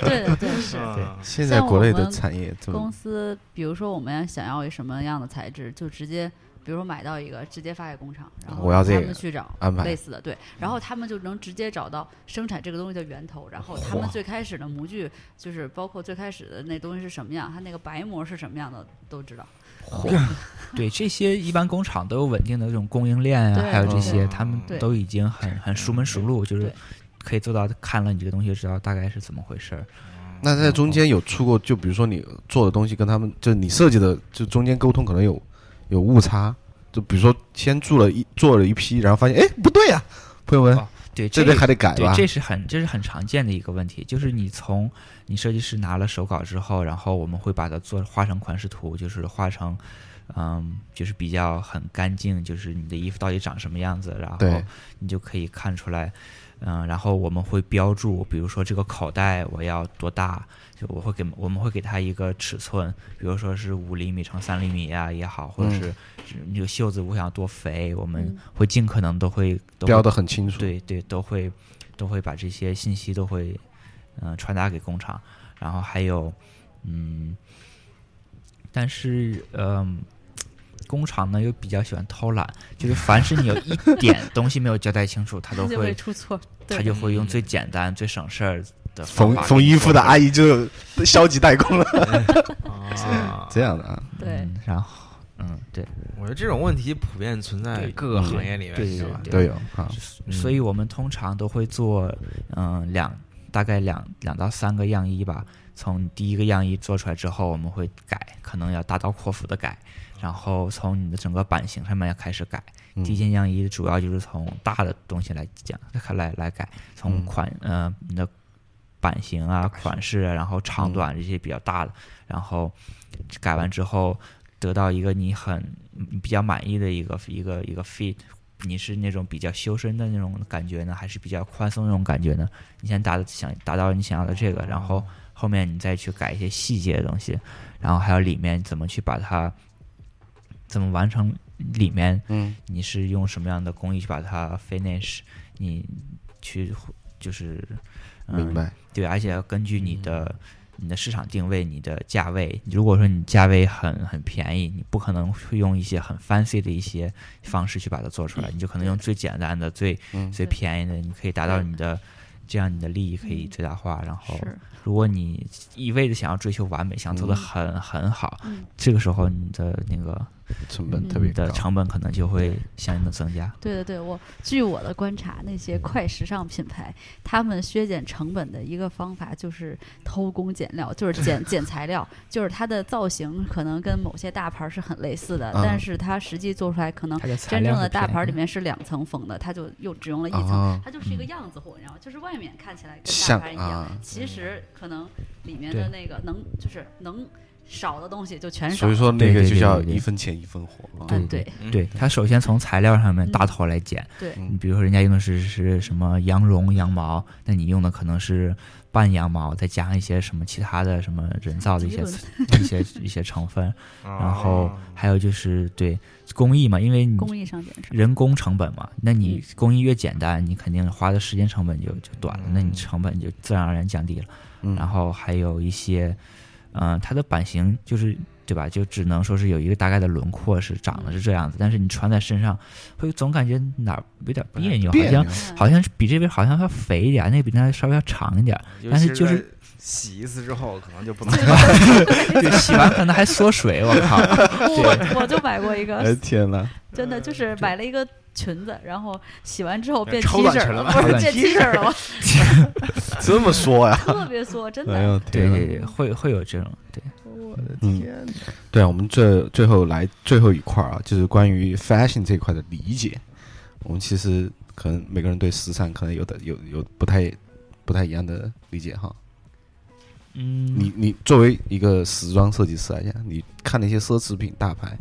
Speaker 3: 对的对是。
Speaker 5: 啊
Speaker 6: 嗯
Speaker 2: 现在
Speaker 3: 像
Speaker 2: 国
Speaker 3: 我
Speaker 2: 内的
Speaker 3: 们
Speaker 2: 产业这么
Speaker 3: 公司，比如说我们想要什么样的材质，就直接比如说买到一个，直接发给工厂，然后
Speaker 2: 我要这个
Speaker 3: 他们去找
Speaker 2: 安排
Speaker 3: 类似的，对，然后他们就能直接找到生产这个东西的源头，然后他们
Speaker 2: 嚯
Speaker 3: 最开始的模具就是包括最开始的那东西是什么样，它那个白膜是什么样的都知道。
Speaker 5: 对这些一般工厂都有稳定的这种供应链啊，
Speaker 3: 对
Speaker 5: 还有这些，
Speaker 4: 哦
Speaker 5: 他们
Speaker 3: 对
Speaker 5: 都已经很很熟门熟路，就是
Speaker 3: 对
Speaker 5: 可以做到看了你这个东西就知道大概是怎么回事儿。
Speaker 2: 那在中间有出过，就比如说你做的东西跟他们，就是你设计的，就中间沟通可能有有误差，就比如说先做了一做了一批，然后发现哎不对呀、朋友们，
Speaker 5: 哦对，
Speaker 2: 这
Speaker 5: 个
Speaker 2: 边还得改
Speaker 5: 对，
Speaker 2: 吧？
Speaker 5: 这是很这是很常见的一个问题，就是你从你设计师拿了手稿之后，然后我们会把它做画成款式图，就是画成，嗯，就是比较很干净，就是你的衣服到底长什么样子，然后
Speaker 2: 对
Speaker 5: 你就可以看出来，嗯，然后我们会标注，比如说这个口袋我要多大，就我会给我们会给它一个尺寸，比如说是五厘米乘三厘米啊也好，或者
Speaker 2: 嗯
Speaker 5: 是是你这个袖子我想多肥，我们
Speaker 3: 嗯
Speaker 5: 会尽可能都会都会
Speaker 2: 标的很清楚，
Speaker 5: 对对，都会都会把这些信息都会嗯、呃传达给工厂，然后还有嗯，但是嗯、工厂呢又比较喜欢偷懒， 就是凡是你有一点东西没有交代清楚，他都
Speaker 3: 就
Speaker 5: 会
Speaker 3: 出错，对
Speaker 5: 他就会用最简单、最省事儿的方
Speaker 2: 缝
Speaker 5: 法
Speaker 2: 缝
Speaker 5: 给你
Speaker 2: 衣
Speaker 5: 做
Speaker 2: 服的
Speaker 5: 出
Speaker 2: 阿姨就消极怠工了，
Speaker 6: 啊，
Speaker 2: 这样的啊，
Speaker 3: 对
Speaker 5: 嗯，然后嗯对，
Speaker 6: 我觉得这种问题普遍存在
Speaker 5: 对嗯
Speaker 6: 各个行业里面，
Speaker 5: 对
Speaker 6: 是
Speaker 5: 对
Speaker 6: 吧？
Speaker 5: 对
Speaker 2: 都有啊，
Speaker 5: 所以我们通常都会做，嗯、两大概两两到三个样衣吧。从第一个样衣做出来之后，我们会改，可能要大刀阔斧的改，然后从你的整个版型上面要开始改。第一件样衣主要就是从大的东西来讲，来来改，从
Speaker 2: 嗯
Speaker 5: 款、呃你的版型啊、款式啊，然后长短这些比较大的，然后改完之后得到一个你很你比较满意的一个一个一个 fit，你是那种比较修身的那种感觉呢，还是比较宽松那种感觉呢？你先达想达到你想要的这个，然后后面你再去改一些细节的东西，然后还有里面怎么去把它怎么完成里面，
Speaker 2: 嗯，
Speaker 5: 你是用什么样的工艺去把它 finish，你去就是嗯、
Speaker 2: 明白，嗯
Speaker 5: 对，而且要根据你的、你的市场定位、你的价位。如果说你价位很很便宜，你不可能会用一些很 fancy 的一些方式去把它做出来，你就可能用最简单的、最、
Speaker 2: 嗯
Speaker 5: 最
Speaker 3: 对
Speaker 5: 便宜的，你可以达到你的。这样你的利益可
Speaker 2: 嗯
Speaker 5: 以最大化，然后
Speaker 3: 是
Speaker 5: 如果你一味的想要追求完美，想做的很、很好，
Speaker 3: 嗯
Speaker 5: 这个时候你的那个
Speaker 2: 成本
Speaker 3: 嗯
Speaker 2: 特别
Speaker 5: 你的
Speaker 2: 高，
Speaker 5: 成本可能就会相应的增加。
Speaker 3: 对对对，我据我的观察，那些快时尚品牌，他们削减成本的一个方法就是偷工减料，就是减减材料，就是它的造型可能跟某些大牌儿是很类似的，
Speaker 2: 嗯
Speaker 3: 但是它实际做出来可能
Speaker 5: 它的材
Speaker 3: 真
Speaker 5: 料
Speaker 3: 正的
Speaker 5: 是
Speaker 3: 大
Speaker 5: 便
Speaker 3: 牌儿
Speaker 5: 宜
Speaker 3: 里面是两层缝的，它就又只用了一层，
Speaker 2: 啊
Speaker 3: 它就是一个样子货，你知道吗？就是外面看起来跟大
Speaker 2: 像
Speaker 3: 牌儿一样，
Speaker 2: 啊
Speaker 3: 其实可能里面的那个能就是能少的东西就全少
Speaker 2: 所以。说那
Speaker 5: 对
Speaker 2: 个
Speaker 5: 对
Speaker 2: 就
Speaker 5: 对
Speaker 2: 叫
Speaker 5: 对对
Speaker 2: 一分钱一分货啊，
Speaker 5: 对
Speaker 3: 嗯，对
Speaker 5: 对，它首先从材料上面
Speaker 3: 嗯
Speaker 5: 大头来减，
Speaker 3: 对
Speaker 5: 你比如说人家用的是是什么羊绒、羊毛，那你用的可能是半羊毛，再加上一些什么其他的什么人造的一些
Speaker 3: 涤纶
Speaker 5: 一些一些成分，
Speaker 6: 哦
Speaker 5: 然后还有就是对工艺嘛，因为你
Speaker 3: 工艺上减少。
Speaker 5: 人工成本嘛，那你
Speaker 3: 嗯
Speaker 5: 工艺越简单，你肯定花的时间成本就就短了，那你成本就自然而然降低了。
Speaker 2: 嗯
Speaker 5: 然后还有一些，嗯、它的版型就是对吧？就只能说是有一个大概的轮廓是长得是这样子，但是你穿在身上会总感觉哪儿有点别扭，
Speaker 2: 嗯别
Speaker 5: 好像
Speaker 2: 扭
Speaker 5: 好像是比这边好像要肥一点，那比那稍微要长一点，
Speaker 6: 尤
Speaker 5: 但
Speaker 6: 其
Speaker 5: 是就是
Speaker 6: 在洗一次之后，可能就不能
Speaker 5: 对，洗完可能还缩水，我靠！
Speaker 3: 嗯我我就买过一个
Speaker 2: 哎天 呐，
Speaker 3: 真的
Speaker 5: 嗯
Speaker 3: 就是买了一个裙子，然后洗完之后变 T
Speaker 6: 超短
Speaker 3: 恤
Speaker 6: 裙
Speaker 3: 了，
Speaker 6: 了
Speaker 3: 不是
Speaker 5: 超短
Speaker 3: 变 T 恤了吗？
Speaker 2: 这么说 呀？
Speaker 3: 特别缩，真
Speaker 2: 哎
Speaker 3: 的。
Speaker 2: 呦
Speaker 5: 对
Speaker 2: 天呐
Speaker 5: 对，对，会会有这种对，
Speaker 3: 我
Speaker 2: 嗯，对啊，我们最最后来最后一块儿啊，就是关于 fashion 这块的理解。我们其实可能每个人对时尚可能有的有有不太不太一样的理解哈。
Speaker 5: 嗯，
Speaker 2: 你你作为一个时装设计师来讲，你看那些奢侈品大牌，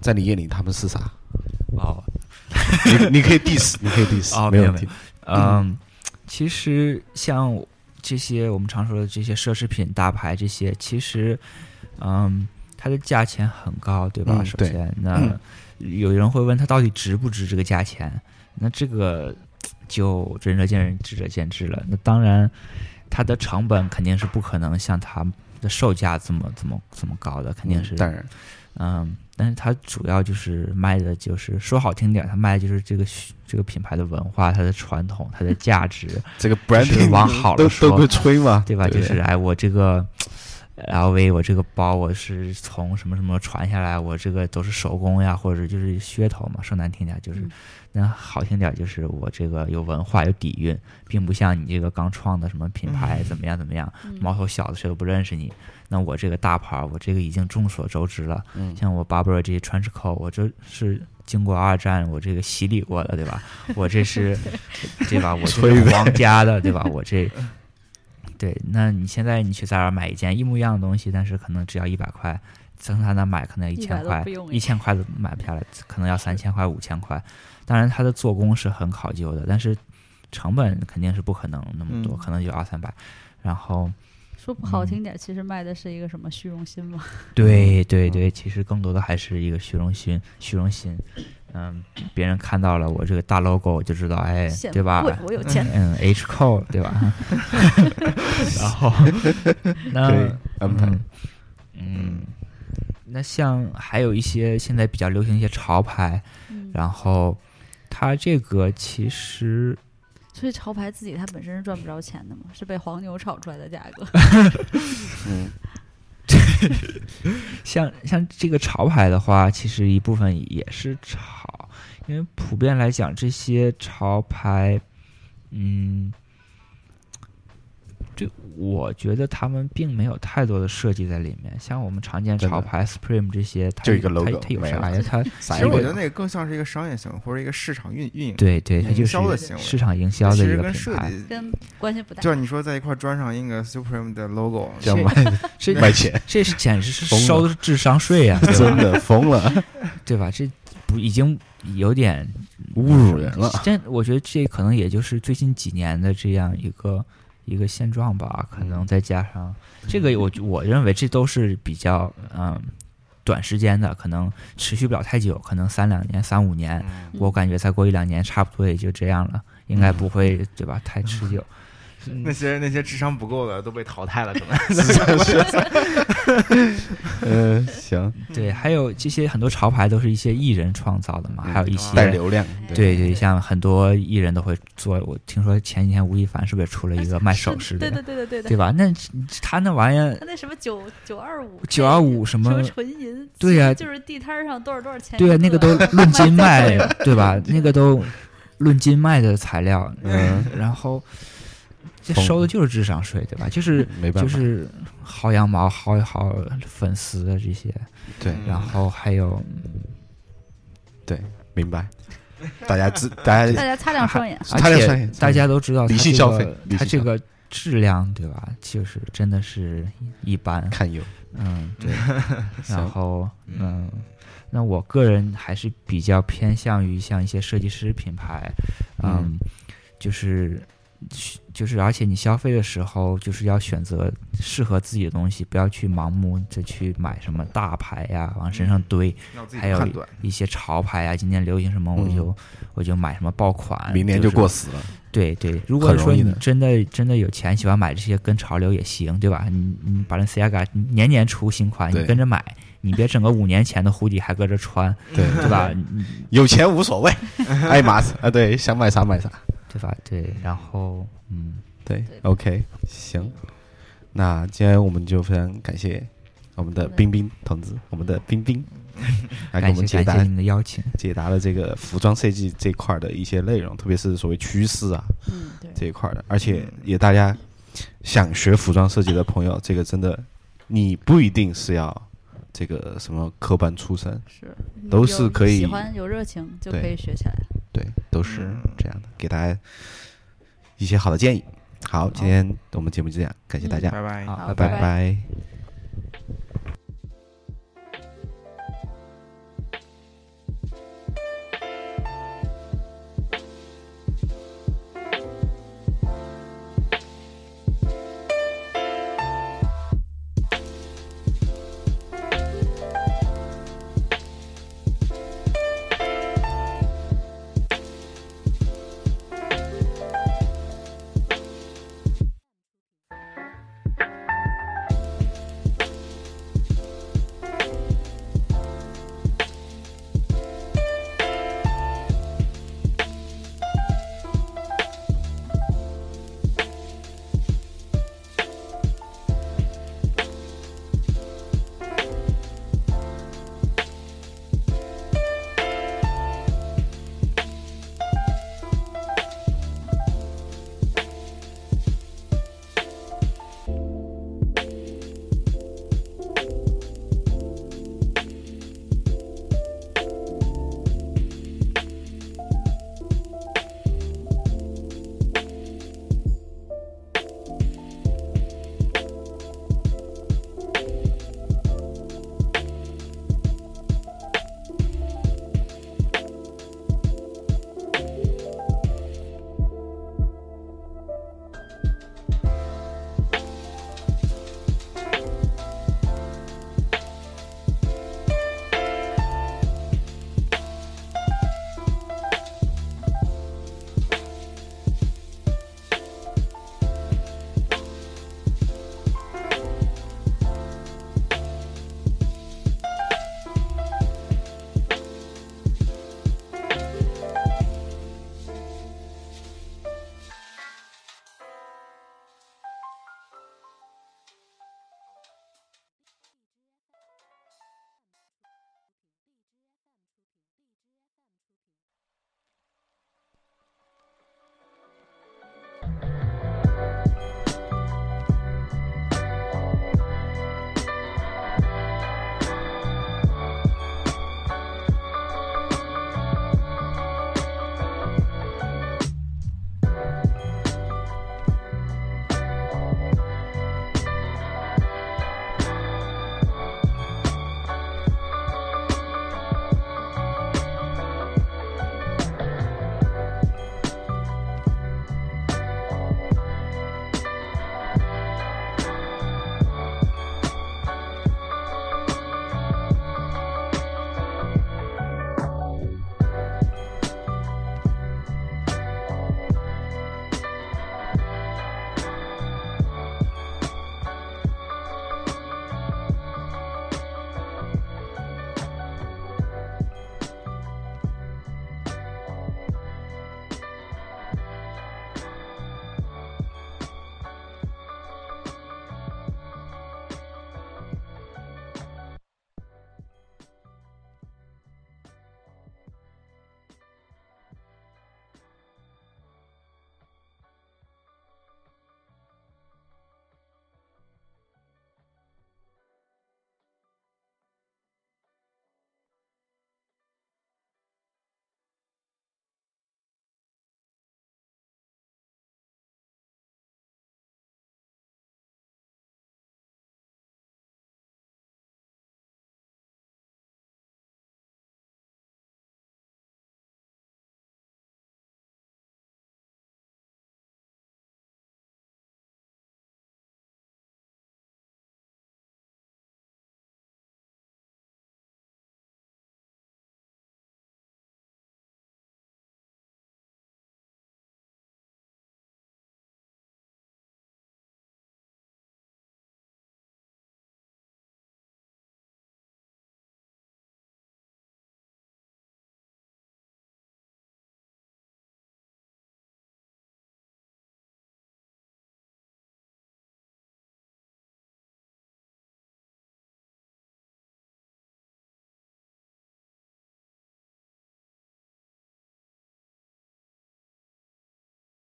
Speaker 2: 在你眼里他们是啥？
Speaker 5: 哦，
Speaker 2: 你你可以 diss，你可以 diss，、
Speaker 5: 哦
Speaker 2: 没
Speaker 5: 没有
Speaker 2: 问题。
Speaker 5: 嗯，其实像这些我们常说的这些奢侈品大牌，这些其实，嗯，它的价钱很高，对吧？
Speaker 2: 嗯
Speaker 5: 首
Speaker 2: 对
Speaker 5: 先，那有人会问它到底值不值这个价钱？那这个就仁者见仁，智者见智了。那当然，它的成本肯定是不可能像它的售价这么这么这么高的，肯定是
Speaker 2: 当然，
Speaker 5: 嗯，但是它主要就是卖的就是说好听点儿，它卖的就是这个虚这个品牌的文化、它的传统、它的 价值，
Speaker 2: 这个 branding
Speaker 5: 往好了
Speaker 2: 都
Speaker 5: 说
Speaker 2: 都会吹嘛，
Speaker 5: 对吧？就是哎，我这个 LV，我这个包我是从什么什么传下来，我这个都是手工呀，或者就是噱头嘛。说难听点就是
Speaker 3: 嗯，
Speaker 5: 那好听点就是我这个有文化有底蕴，并不像你这个刚创的什么品牌怎么样怎么样，
Speaker 3: 嗯
Speaker 5: 毛头小子谁都不认识你。那我这个大牌儿，我这个已经众所周知了。
Speaker 2: 嗯
Speaker 5: 像我 Burberry 这些 trench coat，我这是经过二战我这个洗礼过的，对吧？我 这是对吧？我这是皇家的，对吧？我这对，那你现在你去 Zara 买一件一模一样的东西，但是可能只要一百块，从他那买可能一千
Speaker 3: 100都
Speaker 5: 块
Speaker 3: 不用，
Speaker 5: 一千块都买不下来，可能要三千块、五千块。当然，它的做工是很考究的，但是成本肯定是不可能那么多，
Speaker 4: 嗯
Speaker 5: 可能就二三百。然后，
Speaker 3: 说不
Speaker 5: 嗯
Speaker 3: 好听点，其实卖的是一个什么虚荣心嘛？
Speaker 5: 对对对，其实更多的还是一个虚荣心，虚荣心。嗯，别人看到了我这个大 logo，我就知道，哎
Speaker 3: 显，
Speaker 5: 对吧？
Speaker 3: 贵我有钱，
Speaker 5: 嗯，H code 对吧？ 然后，那
Speaker 2: 可以安排
Speaker 5: 嗯嗯，那像还有一些现在比较流行一些潮牌，
Speaker 3: 嗯，
Speaker 5: 然后它这个其实
Speaker 3: 所以潮牌自己它本身是赚不着钱的嘛，是被黄牛炒出来的价 格。
Speaker 2: 嗯，
Speaker 5: 像像这个潮牌的话，其实一部分也是潮，因为普遍来讲，这些潮牌，嗯，这我觉得他们并没有太多的设计在里面。像我们常见
Speaker 2: 真的
Speaker 5: 潮牌 Supreme 这些，它
Speaker 2: 就一个
Speaker 5: 它
Speaker 2: logo，
Speaker 5: 它有
Speaker 2: 没
Speaker 5: 啥
Speaker 2: 了
Speaker 5: 呀？它
Speaker 2: 啥
Speaker 4: 其
Speaker 5: 一
Speaker 4: 实
Speaker 5: 个
Speaker 4: 我觉得那个更像是一个商业行为或者一个市场运运营，
Speaker 5: 对对，它就
Speaker 4: 营
Speaker 5: 是
Speaker 4: 销
Speaker 5: 一
Speaker 4: 的
Speaker 5: 个
Speaker 4: 行为
Speaker 5: 市场营销的
Speaker 4: 其
Speaker 5: 一
Speaker 4: 实
Speaker 5: 个
Speaker 4: 跟
Speaker 5: 品
Speaker 4: 设
Speaker 5: 牌，
Speaker 4: 计，
Speaker 3: 跟关系不大
Speaker 4: 就。像你说在一块砖上印个 Supreme 的 logo，
Speaker 2: 这样卖
Speaker 5: 这
Speaker 2: 卖钱，
Speaker 5: 这是简直是
Speaker 2: 疯了
Speaker 5: 收的是智商 税呀、对
Speaker 2: 真
Speaker 5: 吧？
Speaker 2: 的疯 了，
Speaker 5: 对吧？这不已经有点
Speaker 2: 侮辱人了。
Speaker 5: 但我觉得这可能也就是最近几年的这样一个一个现状吧，
Speaker 2: 嗯
Speaker 5: 可能再加上这个我，我认为这都是比较嗯短时间的，可能持续不了太久，可能三两年、三五年，
Speaker 3: 嗯
Speaker 5: 我感觉再过一两年，差不多也就这样了，应该不会对吧？太持久。嗯
Speaker 4: 那些那些智商不够的都被淘汰 了，可能
Speaker 2: 嗯，行，
Speaker 5: 对，还有这些很多潮牌都是一些艺人创造的
Speaker 2: 嗯
Speaker 5: 嘛，还有一些
Speaker 2: 带流量，
Speaker 5: 对对，像很多艺人都会做。我听说前几天吴亦凡是不是也出了一个卖首饰的
Speaker 3: 对
Speaker 5: 呀，
Speaker 3: 对对对对
Speaker 5: 对
Speaker 3: 对。
Speaker 5: 吧？那他那玩意儿
Speaker 3: 他那什么九九二五，
Speaker 5: 九二五什
Speaker 3: 什
Speaker 5: 么
Speaker 3: 么？纯银，
Speaker 5: 对呀
Speaker 3: 就是地摊儿上多少多少钱一，
Speaker 5: 对啊，那个都
Speaker 3: 然后
Speaker 5: 论斤
Speaker 3: 卖
Speaker 5: 卖
Speaker 3: 价格，
Speaker 5: 对吧？那个都论斤卖的材料，
Speaker 2: 嗯，
Speaker 5: 然后这
Speaker 2: 疯
Speaker 5: 收的就是智商税，对吧？就是
Speaker 2: 嗯没办
Speaker 5: 就
Speaker 2: 法，
Speaker 5: 是薅羊毛、薅一薅粉丝的这些，
Speaker 2: 对，
Speaker 5: 然后还有
Speaker 2: 明白。大家知，大
Speaker 3: 大
Speaker 2: 家
Speaker 3: 家
Speaker 5: 啊
Speaker 3: 擦亮双眼，
Speaker 5: 而
Speaker 2: 他俩算
Speaker 5: 且
Speaker 2: 也
Speaker 5: 大家都知道它
Speaker 2: 理性
Speaker 5: 这
Speaker 2: 消
Speaker 5: 个
Speaker 2: 费理
Speaker 5: 它
Speaker 2: 性
Speaker 5: 这
Speaker 2: 消
Speaker 5: 个质量对吧？就是真的是一般，
Speaker 2: 看有，
Speaker 5: 嗯， 对。然
Speaker 2: 行
Speaker 5: 后，嗯，那我个人还是比较偏向于像一些设计师品牌，嗯，就是就是，而且你消费的时候，就是要选择适合自己的东西，不要去盲目的去买什么大牌呀，往身上
Speaker 2: 嗯
Speaker 5: 堆
Speaker 4: 要自己
Speaker 5: 还有
Speaker 4: 判断。
Speaker 5: 一些潮牌呀，今年流行什么我
Speaker 2: 嗯
Speaker 5: 就、我就买什么爆款，
Speaker 2: 明年
Speaker 5: 哎
Speaker 2: 就
Speaker 5: 就
Speaker 2: 是过时 了。
Speaker 5: 对对，如果
Speaker 2: 很
Speaker 5: 说
Speaker 2: 容易
Speaker 5: 你
Speaker 2: 的
Speaker 5: 真的真的有钱，喜欢买这些跟潮流也行，对吧？你你把那 C R G 年年出新款，你
Speaker 2: 对
Speaker 5: 跟着买，你别整个五年前的蝴蝶还搁这穿，
Speaker 2: 对
Speaker 5: 对吧？你
Speaker 2: 有钱无所谓， 爱马仕啊，对，想买啥买啥。
Speaker 5: 对吧？对，然后嗯，
Speaker 2: 对，OK，行。那今天我们就非常感谢我们的冰冰同志，我们的冰 冰来给
Speaker 5: 感
Speaker 2: 我们
Speaker 5: 谢
Speaker 2: 解
Speaker 5: 感
Speaker 2: 答
Speaker 5: 谢您的邀请，
Speaker 2: 解答了这个服装设计这块儿的一些内容，特别是所谓趋势啊
Speaker 3: 嗯，对，
Speaker 2: 这一块儿的，而且也大家想学服装设计的朋友，这个真的你不一定是要这个什么科班出身，
Speaker 3: 是
Speaker 2: 都
Speaker 3: 有
Speaker 2: 是可以
Speaker 3: 喜欢有热情就
Speaker 2: 对
Speaker 3: 可以学起来。
Speaker 2: 对，都是
Speaker 4: 嗯
Speaker 2: 这样的，给大家一些好的建议。好，今天我们节目就这样，感谢大家，
Speaker 4: 嗯拜拜。
Speaker 5: 好，
Speaker 3: 好
Speaker 5: 拜
Speaker 3: 拜
Speaker 2: 拜